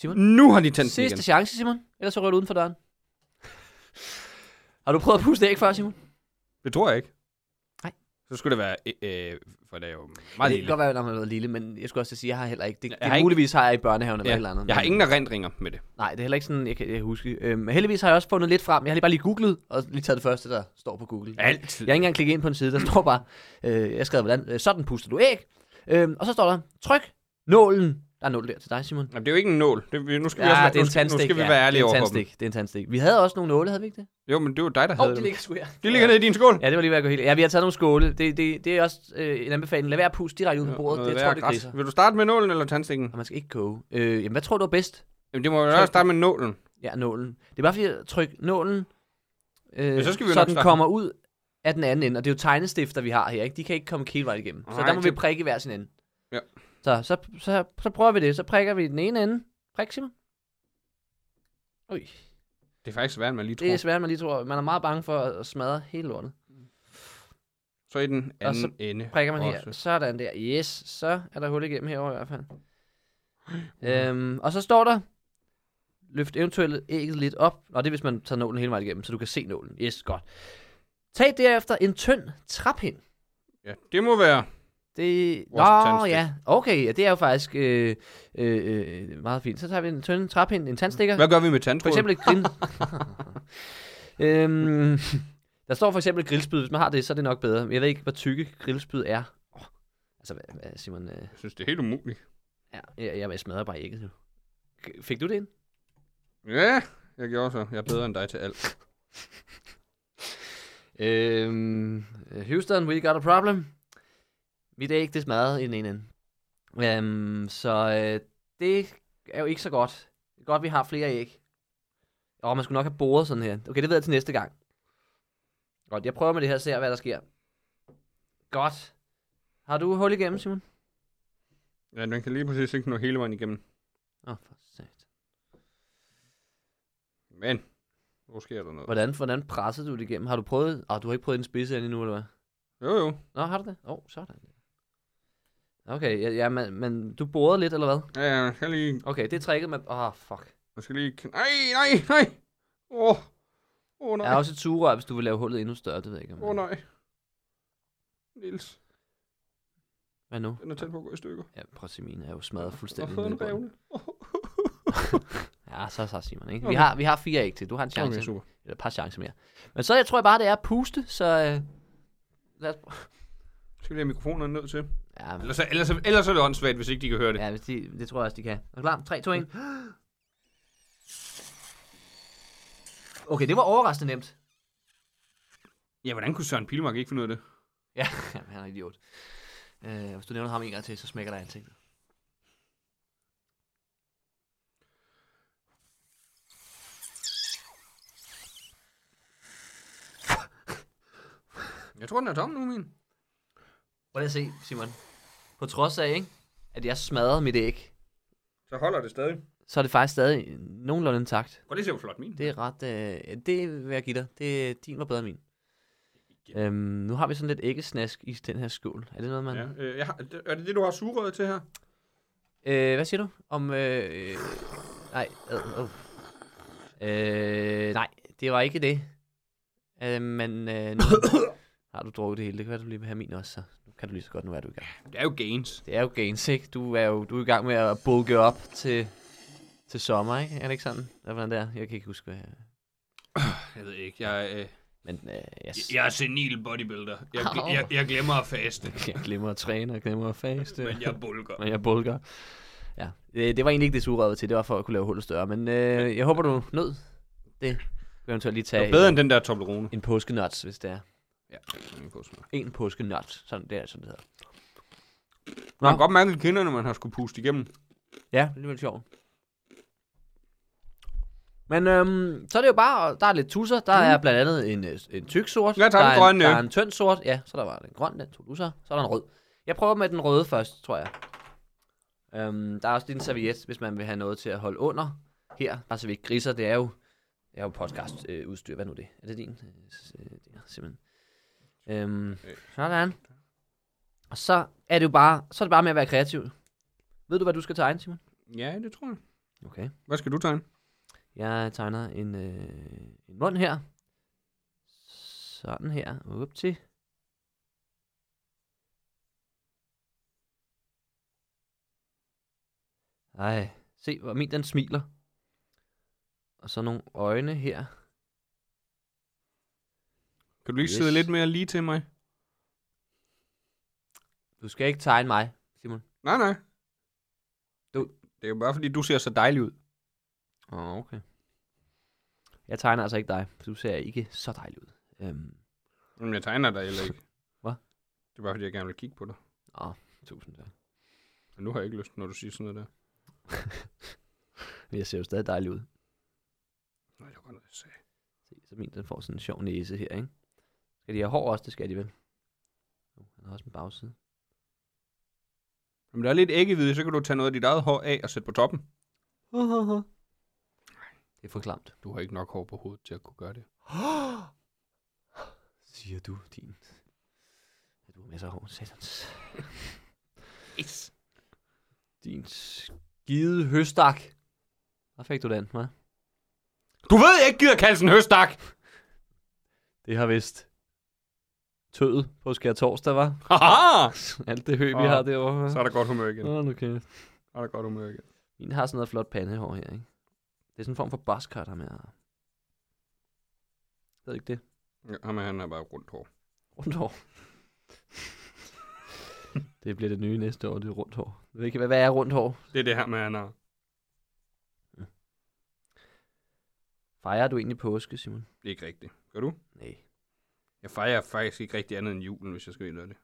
der. Nu har de tændt den Sidste igen. chance, Simon. Ellers så rører du uden for døren. har du prøvet at puste æg før, Simon? Det tror jeg ikke. Nej. Så skulle det være, øh, øh, for det er jo Ja, meget det kan lille. godt være, når man har været lille, men jeg skulle også sige, at jeg har heller ikke... Det, Jeg det har ikke- muligvis har jeg i børnehaven eller et eller andet. Ja. Jeg har men- ingen erindringer med det. Nej, det er heller ikke sådan, jeg kan jeg kan huske. Øhm, heldigvis har jeg også fundet lidt frem. Jeg har lige bare lige googlet, og lige taget det første, der står på Google. Altid. Jeg har ikke engang klikket ind på en side, der [laughs] står bare, øh, jeg skrev, hvordan, øh, sådan puster du æg. Øhm, og så står der, tryk nålen. Der er nål der til dig, Simon. Jamen, det er jo ikke en nål. Det, vi- nu skal vi, Ja, også, det er nu, en skal, nu tandstik. skal vi ja. være ærlige det er over en for dem. tandstik. Det er en tandstik. Vi havde også nogle nåle, havde vi ikke det? Jo, men det var dig, der Åh, havde de dem. ligger sgu her. De ligger nede i din skål. Ja, det var lige ved at gå helt. Ja, vi har taget nogle skåle. Det, det, det er også øh, en anbefaling. Lad være at puste direkte ud på bordet. Noget Det tror værre jeg, det græs. griser. Vil du starte med nålen eller tandstikken? Og man skal ikke koge. Øh, jamen, hvad tror du er bedst? Jamen, det må jo Tryk. også starte med nålen. Ja, nålen. Det er bare fordi, at trykke nålen, øh, Ja, så skal vi jo så nok den starte- kommer ud af den anden ende. Og det er jo tegnestifter, vi har her, ikke? De kan ikke komme hele vejen igennem. så Nej, der må vi det- prikke i hver sin ende. Ja. Så, så, så, så prøver vi det. Så prikker vi den ene ende. Prik, Simon. Ui, Det er faktisk svært, man lige det er tror. svært, man lige tror. Man er meget bange for at smadre hele lortet. Så i den Og så anden ende. Prikker man her. også. Sådan der. Yes. Så er der hul igennem herovre i hvert fald. Øhm, og så står der, løft eventuelt ægget lidt op. Og det er, hvis man tager nålen hele vejen igennem, så du kan se nålen. Yes, godt. Tag derefter en tynd træpind. Ja, det må være... Det... Vores Nå, tandstik. ja. Okay, ja, det er jo faktisk øh, øh, øh, meget fint. Så tager vi en tynd træpind, en tandstikker. Hvad gør vi med For tandtråden? eksempel et grill. [laughs] øhm, der står for eksempel grillspyd. Hvis man har det, så er det nok bedre. Men Jeg ved ikke, hvor tykke grillspyd er. Åh, Altså, hvad, hvad Simon... Øh, Jeg synes, det er helt umuligt. ja, jeg, jeg, jeg smadrer bare ægget nu. G- Fik du det ind? Ja, jeg gjorde så. Jeg er bedre end dig til alt. Øhm, Houston, we got a problem. Mit æg, det smadrede i den ene ende. Øhm, så øh, det er jo ikke så godt. Det er godt, vi har flere æg. Åh, man skulle nok have boret sådan her. Okay, det ved jeg til næste gang. Godt, jeg prøver med det her og ser, hvad der sker. Godt. Har du hul igennem, Simon? Ja, den kan lige præcis ikke nå hele vejen igennem. Åh, oh, for sat. Men, nu sker der noget. Hvordan, hvordan pressede du det igennem? Har du prøvet... Åh, oh, du har ikke prøvet den spidse endnu, eller hvad? Jo, jo. Nå, har du det? Åh, oh, sådan. Okay, ja, ja men, men du borede lidt, eller hvad? Ja, ja, jeg skal lige... Okay, det er tricket med... Åh, oh, fuck. Jeg skal lige... Nej, nej, nej! Åh, oh. oh, Der nej. er også et sugerør, hvis du vil lave hullet endnu større, det ved jeg ikke om. Åh oh, nej. Niels, Hvad nu? den er tæt på at gå i stykker. Ja, Prosemin er jo smadret Jeg fuldstændig. har ned fået i en bunden. revne. Ja, så så Simon, ikke? Vi Okay. har, vi har fire æg til. Du har en chance. Okay, super. Eller et par chancer mere. Men så jeg tror jeg bare, det er at puste, så... Øh, lad os... prø- Så skal vi lige have mikrofonerne ned til. Ja, men, Ellers, er- ellers, er- ellers er det åndssvagt, hvis ikke de kan høre det. ja hvis de, det tror jeg også, de kan. Er du klar? 3, 2, 1. Okay, det var overraskende nemt. Ja, hvordan kunne Søren Pilmark ikke finde ud af det? Ja, [laughs] jamen, han er en idiot. Øh, hvis du nævner ham en gang til, så smækker der i ansigtet. Jeg tror, den er tom nu, min. Prøv lige at se, Simon. På trods af, ikke, at jeg smadrede mit æg, Så holder det stadig. så er det faktisk stadig nogenlunde intakt. Prøv lige at se, hvor flot min. Det er ret... Øh, ja, det vil jeg give dig. Det, din var bedre end min. Igen. Øhm, nu har vi sådan lidt æggesnask i den her skål. Er det noget, man... Ja, øh, jeg har, er det det, du har sugerød til her? Øh, hvad siger du? Om, øh, øh, nej, øh, øh. Øh, nej, det var ikke det. Øh, men øh, nu [coughs] har du drukket det hele. Det kan være, du lige vil have min også, så nu kan du lige så godt, nu er du i gang. Det er jo gains. Det er jo gains, ikke? Du er jo du er i gang med at bulke op til, til sommer, ikke? Er det ikke sådan? Eller hvordan det er? Jeg kan ikke huske, hvad jeg... Jeg ved ikke. Jeg, øh, Men øh, jeg, jeg er senil bodybuilder. Jeg, Au. jeg, jeg glemmer at faste, [laughs] jeg glemmer at træne, og glemmer at faste. men jeg bulker. men jeg bulker. Ja, øh, det var egentlig ikke det sugerøvet til, det var for at kunne lave hullet større, men øh, jeg håber, du nød det. Du kan eventuelt lige Det tage er bedre en, end den der Toblerone. en påskenøts, hvis det er. Ja, En påskenøts, sådan det er, sådan det hedder. man Nå. kan godt mærke i kinderne, man har skulle puste igennem. Ja, det er lidt sjovt. Men øhm, så er det jo bare, der er lidt tusser, der mm. er blandt andet en, øh, en tyk sort, Ja, der er der, den er en, grønne. der er en tynd sort, ja, så der var den grøn, den tog du så, så er der en rød. Jeg prøver med den røde først, tror jeg. Øhm, der er også lige en serviet, hvis man vil have noget til at holde under her, bare så vi ikke griser, det er jo, det er jo podcast øh, udstyr, hvad nu er det? Er det din? Øh, s- øh, det er simpelthen. Øhm, sådan. Og så er det jo bare, så er det bare med at være kreativ. Ved du, hvad du skal tegne, Simon? Ja, det tror jeg. Okay. Hvad skal du tegne? Jeg tegner en, øh, en mund her. Sådan her. Up til. Ej, se hvor min den smiler. Og så nogle øjne her. Kan du ikke Yes. yes. sidde lidt mere lige til mig? Du skal ikke tegne mig, Simon. Nej, nej. Du- Det er jo bare fordi, du ser så dejlig ud. Åh, oh, okay. Jeg tegner altså ikke dig, for du ser ikke så dejlig ud. Øhm, Men jeg tegner dig heller ikke. [laughs] Hvad? Det er bare fordi, jeg gerne vil kigge på dig. tusind tak. Men nu har jeg ikke lyst, når du siger sådan noget der. Men jeg ser jo stadig dejlig ud. Nej, det var godt, noget, jeg sagde. Se, så min den får sådan en sjov næse her, ikke? Skal de have hår også? Det skal de vel. Jo, han har også en bagside. Jamen, der er lidt æggehvide, så kan du tage noget af dit eget hår af og sætte på toppen. Det er for [gasps] klamt. Du har ikke nok hår på hovedet til at kunne gøre det. Siger du, din... Ja, du har masser af hår, satans. Yes. Din skide høstak. Der fik du den, hva'? Du ved, jeg ikke gider kalde sådan en høstak! Det har vist tøet på skær torsdag, var. Haha! [laughs] Alt det hø, vi Åh, har derovre. Så er der godt humør igen. Åh, nu kæft. Så er der godt humør igen. Min har sådan noget flot pandehår her, ikke? Det er sådan en form for buzzcut, ham her. Ved ikke det? Ja, ham her, han har bare rundt hår. Rundt hår. det bliver det nye næste år, det er rundt hår. Jeg ved ikke, hvad, hvad er rundt hår? Det er det her med, han har. Fejrer du egentlig påske, Simon? Det er ikke rigtigt. Gør du? Nej. Jeg fejrer faktisk ikke rigtig andet end julen, hvis jeg skal ind det.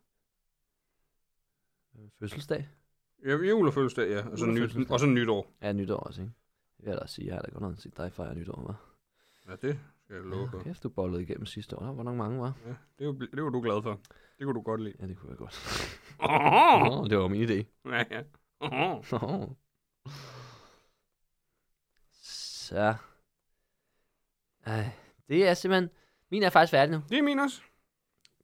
Øh, Fødselsdag? Ja, jul og fødselsdag, ja. Og så, Jul og nyt, fødselsdag. og så nytår. Ja, nytår også, ikke? Det vil jeg da sige, jeg har da godt nok set dig fejre nytår, hva'? Ja, det skal jeg love for. Ja, kæft, du bollede igennem sidste år. Der var nok mange, var. Ja, det, var, det var du glad for. Det kunne du godt lide. Ja, det kunne jeg godt. Oh! Nå, det var min idé. Ja, ja. Oh. Nå. Så. Ej, det er simpelthen... Min er faktisk færdig nu. Det er min også.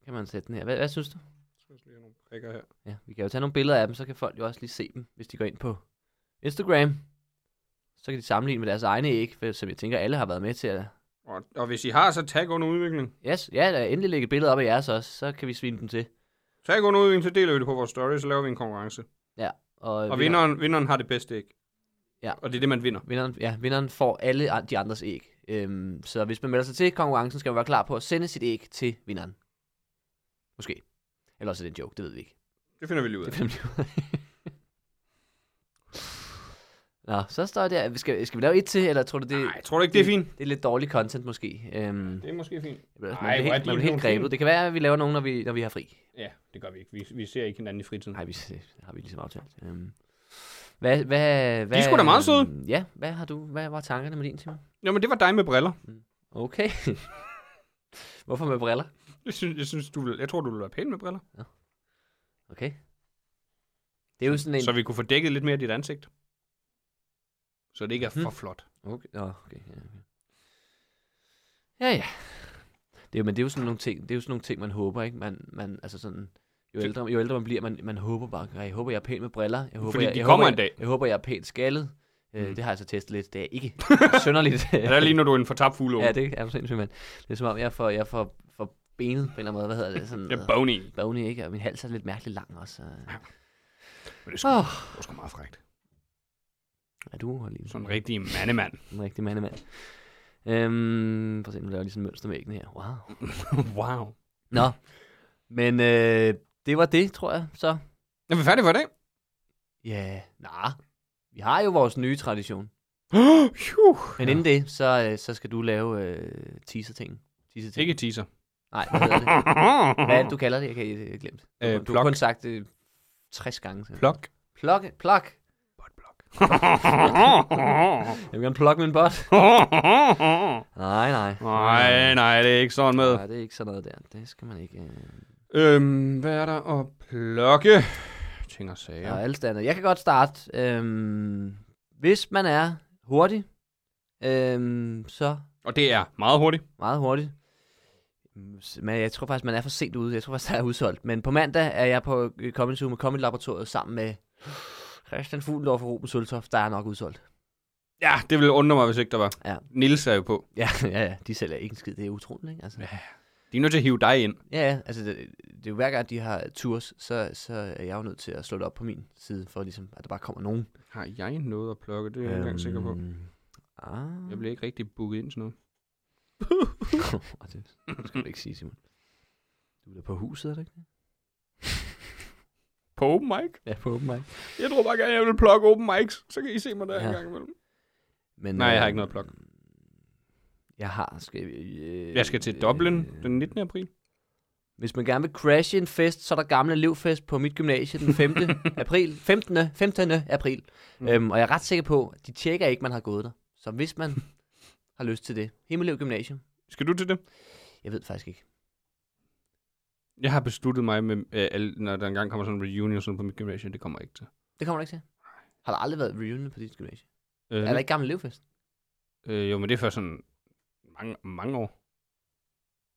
Kan man sætte den her. Hvad, hvad synes du? Så skal jeg lige have nogle prikker her. Ja, vi kan jo tage nogle billeder af dem, så kan folk jo også lige se dem, hvis de går ind på Instagram. Så kan de sammenligne med deres egne æg, for- som jeg tænker, alle har været med til at... Og, og hvis I har, så tag under udvikling. Yes, ja, da endelig lægge et billede op af jeres også, så kan vi svine dem til. Tag under udvikling, så deler vi det på vores story, så laver vi en konkurrence. Og, Og vinder- vinderen, vinderen har det bedste æg. Ja. Og det er det, man vinder. Vinderen, ja, vinderen får alle an- de andres æg. Øhm, så hvis man melder sig til konkurrencen, skal man være klar på at sende sit æg til vinderen. Måske. Eller også er det en joke, det ved vi ikke. Det finder vi lige ud af. Det finder vi ud af. [laughs] Nå, så står jeg der. Skal, skal vi lave et til, eller tror du, det, Nej, tror du ikke, det er fint? det er lidt dårlig content måske? Øhm, Det er måske fint. Man bliver- Ej, man bliver hvor er de helt, man bliver helt nogle grebet. fine. Det kan være, at vi laver nogen, når vi, når vi har fri. Ja, det gør vi ikke. Vi, vi ser ikke hinanden i fritiden. Nej, vi, det har vi ligesom aftalt. Øhm, hvad, hvad, hvad, sgu da meget søde. øhm, Ja, hvad har du, hvad var tankerne med din, Simon? Nå, men det var dig med briller. Okay. [laughs] Hvorfor med briller? Jeg synes, jeg, synes, du vil, jeg tror, du vil være pæn med briller. Okay. Det er jo sådan en... Så vi kunne få dækket lidt mere dit ansigt. Så det ikke er for Mhm. flot. Okay, nå, okay. Ja, okay. ja. ja. Det er, jo- men det er jo sådan nogle ting, det er jo sådan nogle ting man håber, ikke? Man, man, altså sådan, jo Det- ældre, jo ældre man bliver, man, man håber bare, "Ej, jeg håber, jeg er pæn med briller. Jeg håber, Fordi jeg, de jeg kommer håber, en dag." Jeg, jeg håber, jeg er pænt skaldet. Øh, Mhm. Det har jeg så testet lidt. Det er jeg [laughs] ikke synderligt. Ja, [laughs] det er lige, når du er en fortabt fugleunge. ja, det er du sindssygt, mand. Det er som om, jeg får, jeg får, får benet på en eller anden måde. Hvad hedder det? Sådan, Jeg er bony. bony, ikke? Og min hals er lidt mærkeligt lang også. og- Men det er sgu, Åh, det er sgu meget frækt. er du uholdelig? Sådan en rigtig [laughs] mandemand. En rigtig mandemand. Øhm, prøv at se, nu laver jeg lige sådan en mønster med æggene her. Wow. wow. Nå, men øh, det var det, tror jeg, så. Er vi færdige for i [gasps] dag? Ja, nej. Vi har jo vores nye tradition. Phew. Men inden det, så, øh, så skal du lave øh, teaser-ting. Teaser-ting. Ikke teaser. Nej, hvad hedder det? Hvad er det, du kalder det? Jeg kan jeg har glemt. Du, Øh, øh, du har plok. kun sagt det 60 gange. så- Plok. Plok. Plok. Jeg vil gerne plukke min bot. Nej, nej. [laughs] nej, nej, det er ikke sådan med. Nej, det er ikke sådan noget der. Det skal man ikke. Øh. Øhm, hvad er der at plukke? Ting og sager. Ja. Og alle standard. Jeg kan godt starte. Øhm, hvis man er hurtig, øhm, så Og det er meget hurtigt. meget hurtigt. Mm, s- Men jeg tror faktisk, man er for sent ude. Jeg tror faktisk, der er udsolgt. Men på mandag er jeg på øh, Comedy Zoo med Comedy Laboratoriet sammen med Christian Fuglendorf og Ruben Søltoft. Der er nok udsolgt. [laughs] Ja, det ville undre mig, hvis ikke der var. Ja. Nils er jo på. Ja, ja, ja. De sælger ikke en skid. Det er utroligt, ikke? Altså, ja. De er nødt til at hive dig ind. ja, ja. Altså, det, det er jo hver gang, de har tours, så, så er jeg jo nødt til at slå det op på min side, for ligesom, at der bare kommer nogen. Har jeg noget at plukke? Det er jeg ikke engang sikker på. Øhm, [laughs] Ah. Jeg bliver ikke rigtig booket ind til noget. Og det Mm. skal du ikke sige, Simon. Du er da på huset, er det ikke? det? [laughs] [laughs] På open mic? Ja, på open mic. Jeg tror bare gerne, jeg vil plukke open mics. Så kan I se mig der Ja. en gang imellem. Men, Nej, jeg har øh, ikke noget plug. Jeg har... Skal, øh, Jeg skal til Dublin den 19. april. Hvis man gerne vil crashe en fest, så er der gamle elevfest på mit gymnasie den 5. [laughs] april. 15. 15. april. Mm. Mm. Øhm, og jeg er ret sikker på, at de tjekker ikke, man har gået der. Så hvis [laughs] man har lyst til det. Himmelev Gymnasium. Skal du til det? Jeg ved faktisk ikke. Jeg har besluttet mig, med, øh, alle, når der engang kommer sådan en reunion sådan på mit gymnasie, det kommer jeg ikke til. Det kommer du ikke til. Har der aldrig været reunion på dit gymnasie? Øh, Er der ikke gammel elevfest? øh, jo, men det er først sådan mange, mange år.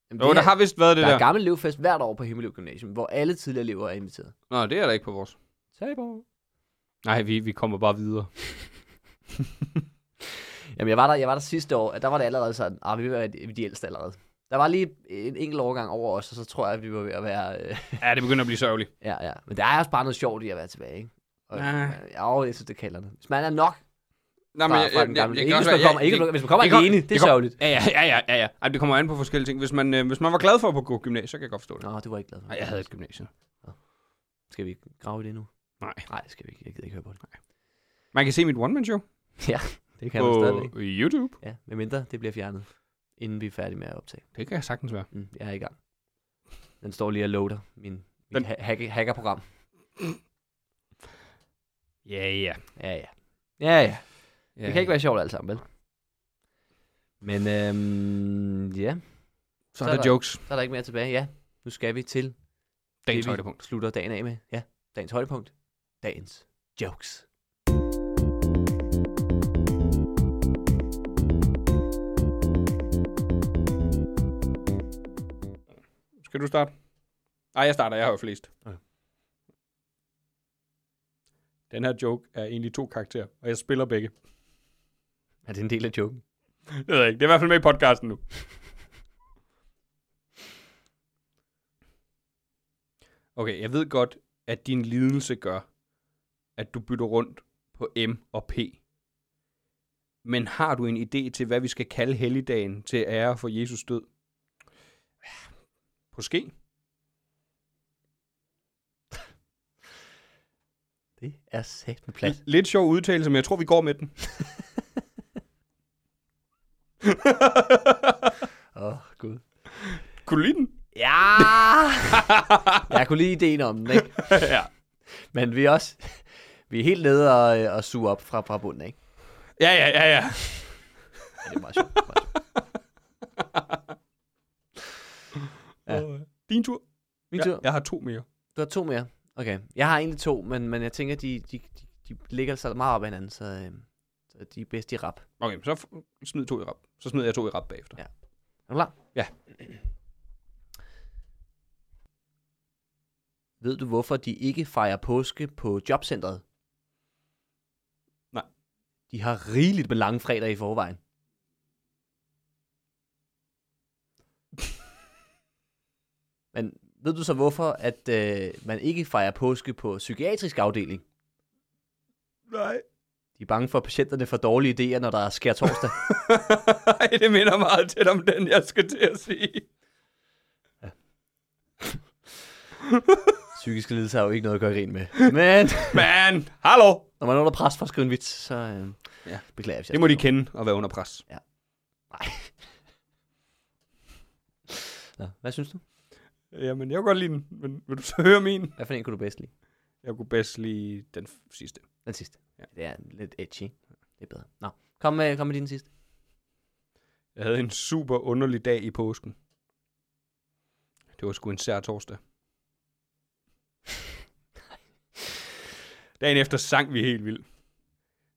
Jamen, Jo, det der her- har vist været det der der. er gammel elevfest hvert år på Himmelev Gymnasium, hvor alle tidligere elever er inviteret. Nå, det er der ikke på vores. Taber. Nej, vi, vi kommer bare videre. Jamen, jeg var, der, jeg var der sidste år, og der var det allerede sådan, ah, vi vil være de de ældste allerede. Der var lige en enkelt overgang over os, og så tror jeg, at vi var ved at være... Øh, Ja, det begynder at blive sørgeligt. ja, ja. Men der er også bare noget sjovt i at være tilbage, ikke? Og, Nej. ja, jeg synes, det kalder det. Hvis man er nok fra, Nej, Jamen, jeg, fra den gamle... ikke, hvis man være- kommer, ja, ikke, det- hvis man kommer det kan- alene, det, det er kan- sørgeligt. Ja, ja, ja, ja, ja, ja. Ej, det kommer an på forskellige ting. Hvis man, øh, hvis man var glad for at gå på gymnasiet, så kan jeg godt forstå det. Nå, det var jeg ikke glad for. Nej, jeg havde et gymnasium. Skal vi ikke grave i det nu? Nej. Nej, det skal vi ikke. Jeg gider ikke høre på det. Man kan se mit one-man-show Det kan man stadigvæk. på YouTube. Ja, medmindre det bliver fjernet, inden vi er færdige med at optage. Det kan jeg sagtens være. Mm, jeg er i gang. Den står lige og loader min, Den- min ha- hack- hackerprogram. Ja, ja. Ja, ja. Ja, ja. ja Det kan ikke være sjovt alt sammen, vel? Men øhm, ja, Så er der jokes. så er der ikke mere tilbage. Ja, nu skal vi til Dagens det, vi højdepunkt. slutter dagen af med. Ja, dagens højdepunkt. Dagens jokes. Skal du starte? Nej, jeg starter. Jeg har jo flest. Okay. Den her joke er egentlig to karakterer, og jeg spiller begge. Er det en del af joken? Det ved jeg ikke. Det er i hvert fald med i podcasten nu. Okay, jeg ved godt, at din lidelse gør, at du bytter rundt på M og P. Men har du en idé til, hvad vi skal kalde helligdagen til ære for Jesus død? Måske. [laughs] Det er sat med plads. Lidt sjov udtalelse, men jeg tror, vi går med den. Åh, oh, gud. [laughs] Kunne du lide den? [laughs] Ja! jeg kunne lide ideen om den, ikke? [laughs] ja. Men vi er også... Vi er helt nede og, øh, og suge op fra, fra bunden, ikke? Ja, ja, ja, ja. Ja, det er meget sjovt. Meget sjovt. Ja. Din tur. Min Ja, tur. Jeg har to mere. Du har to mere. Okay. Jeg har egentlig to, men, men jeg tænker, de, de, de, de ligger så meget op ad hinanden, så, øh, så de er bedst i rap. Okay, så f- smid to i rap. Så smider jeg to i rap bagefter. Ja. Er du klar? Ja. Ved du, hvorfor de ikke fejrer påske på jobcentret? Nej. De har rigeligt med lange fredag i forvejen. Men ved du så, hvorfor at øh, man ikke fejrer påske på psykiatrisk afdeling? Nej. De er bange for, at patienterne får dårlige idéer, når der er skær [laughs] torsdag. [laughs] Nej, det minder meget tæt om den, jeg skal til at sige. Psykiske lidelser har jo ikke noget at gøre grin med. Men Men, hallo! når man er under pres for at skrive en vits, så øh, Ja. ja. beklager jeg. hvis jeg Det må de skriver. kende at være under pres. Nå, hvad synes du? Jamen, jeg kunne godt lide den, men vil du så høre min? Hvad for en kunne du bedst lide? Jeg kunne bedst lide den f- sidste. Den sidste. Ja. Ja. Det er lidt edgy. ikke? Det er bedre. Nå, kom med, kom med din sidste. Jeg havde en super underlig dag i påsken. Det var sgu en sær torsdag. Dagen efter sang vi helt vildt.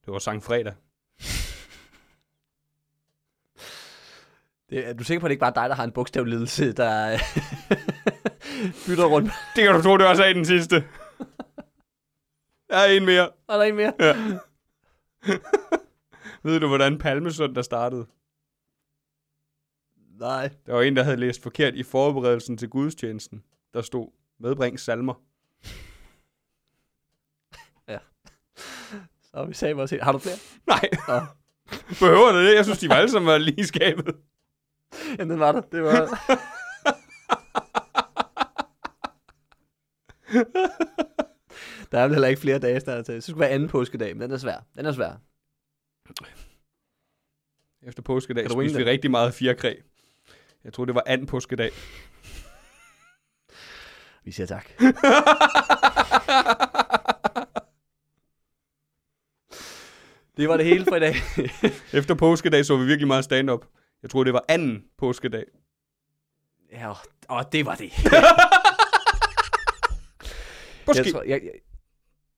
Det var sang fredag. [laughs] Det, er du sikker på, at det ikke bare er dig, der har en bogstavledelse, der øh, [laughs] bytter rundt? Det kan du tro, det også er i den sidste. Der er en mere. [laughs] Er der en mere? Ja. Ved du, hvordan Palmesøndag startede? Nej. Der var en, der havde læst forkert i forberedelsen til gudstjenesten. Der stod, medbring salmer. Så har vi sagde også helt. Har du flere? Nej, Nå, [laughs] behøver det det? Jeg synes, de var alle sammen var lige i skabet. [laughs] jamen, den var der. Det var... Der er vel heller ikke flere dage snart til. Så skulle være anden påskedag, men den er svær. Den er svær. Efter påskedag Kan du spiste vi wing rigtig meget fjerkræ. Jeg troede, det var anden [laughs] påskedag. Vi siger tak. Det var det hele for i dag. Efter påskedag så vi virkelig meget stand-up. Jeg troede, det var anden [laughs] påskedag. [laughs] ja, og- og det var det. Måske. Jeg, tror, jeg, jeg,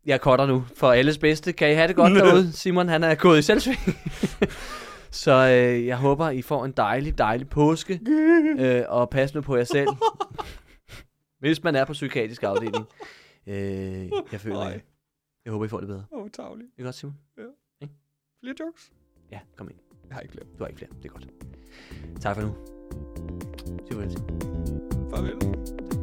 jeg cutter nu for alles bedste. Kan I have det [laughs] godt derude? Simon, han er gået i selvsving. [laughs] Så øh, jeg håber, I får en dejlig, dejlig påske. [laughs] Øh, og pas nu på jer selv. Hvis man er på psykiatrisk afdeling. Øh, jeg føler, Nej. jeg, jeg håber, I får det bedre. Åh, tavligt. Det er godt, Simon? Flere jokes? Ja, kom ind. Jeg har ikke flere. Du har ikke flere. Det er godt. Tak for nu. Sig farvel til. Farvel. Tak.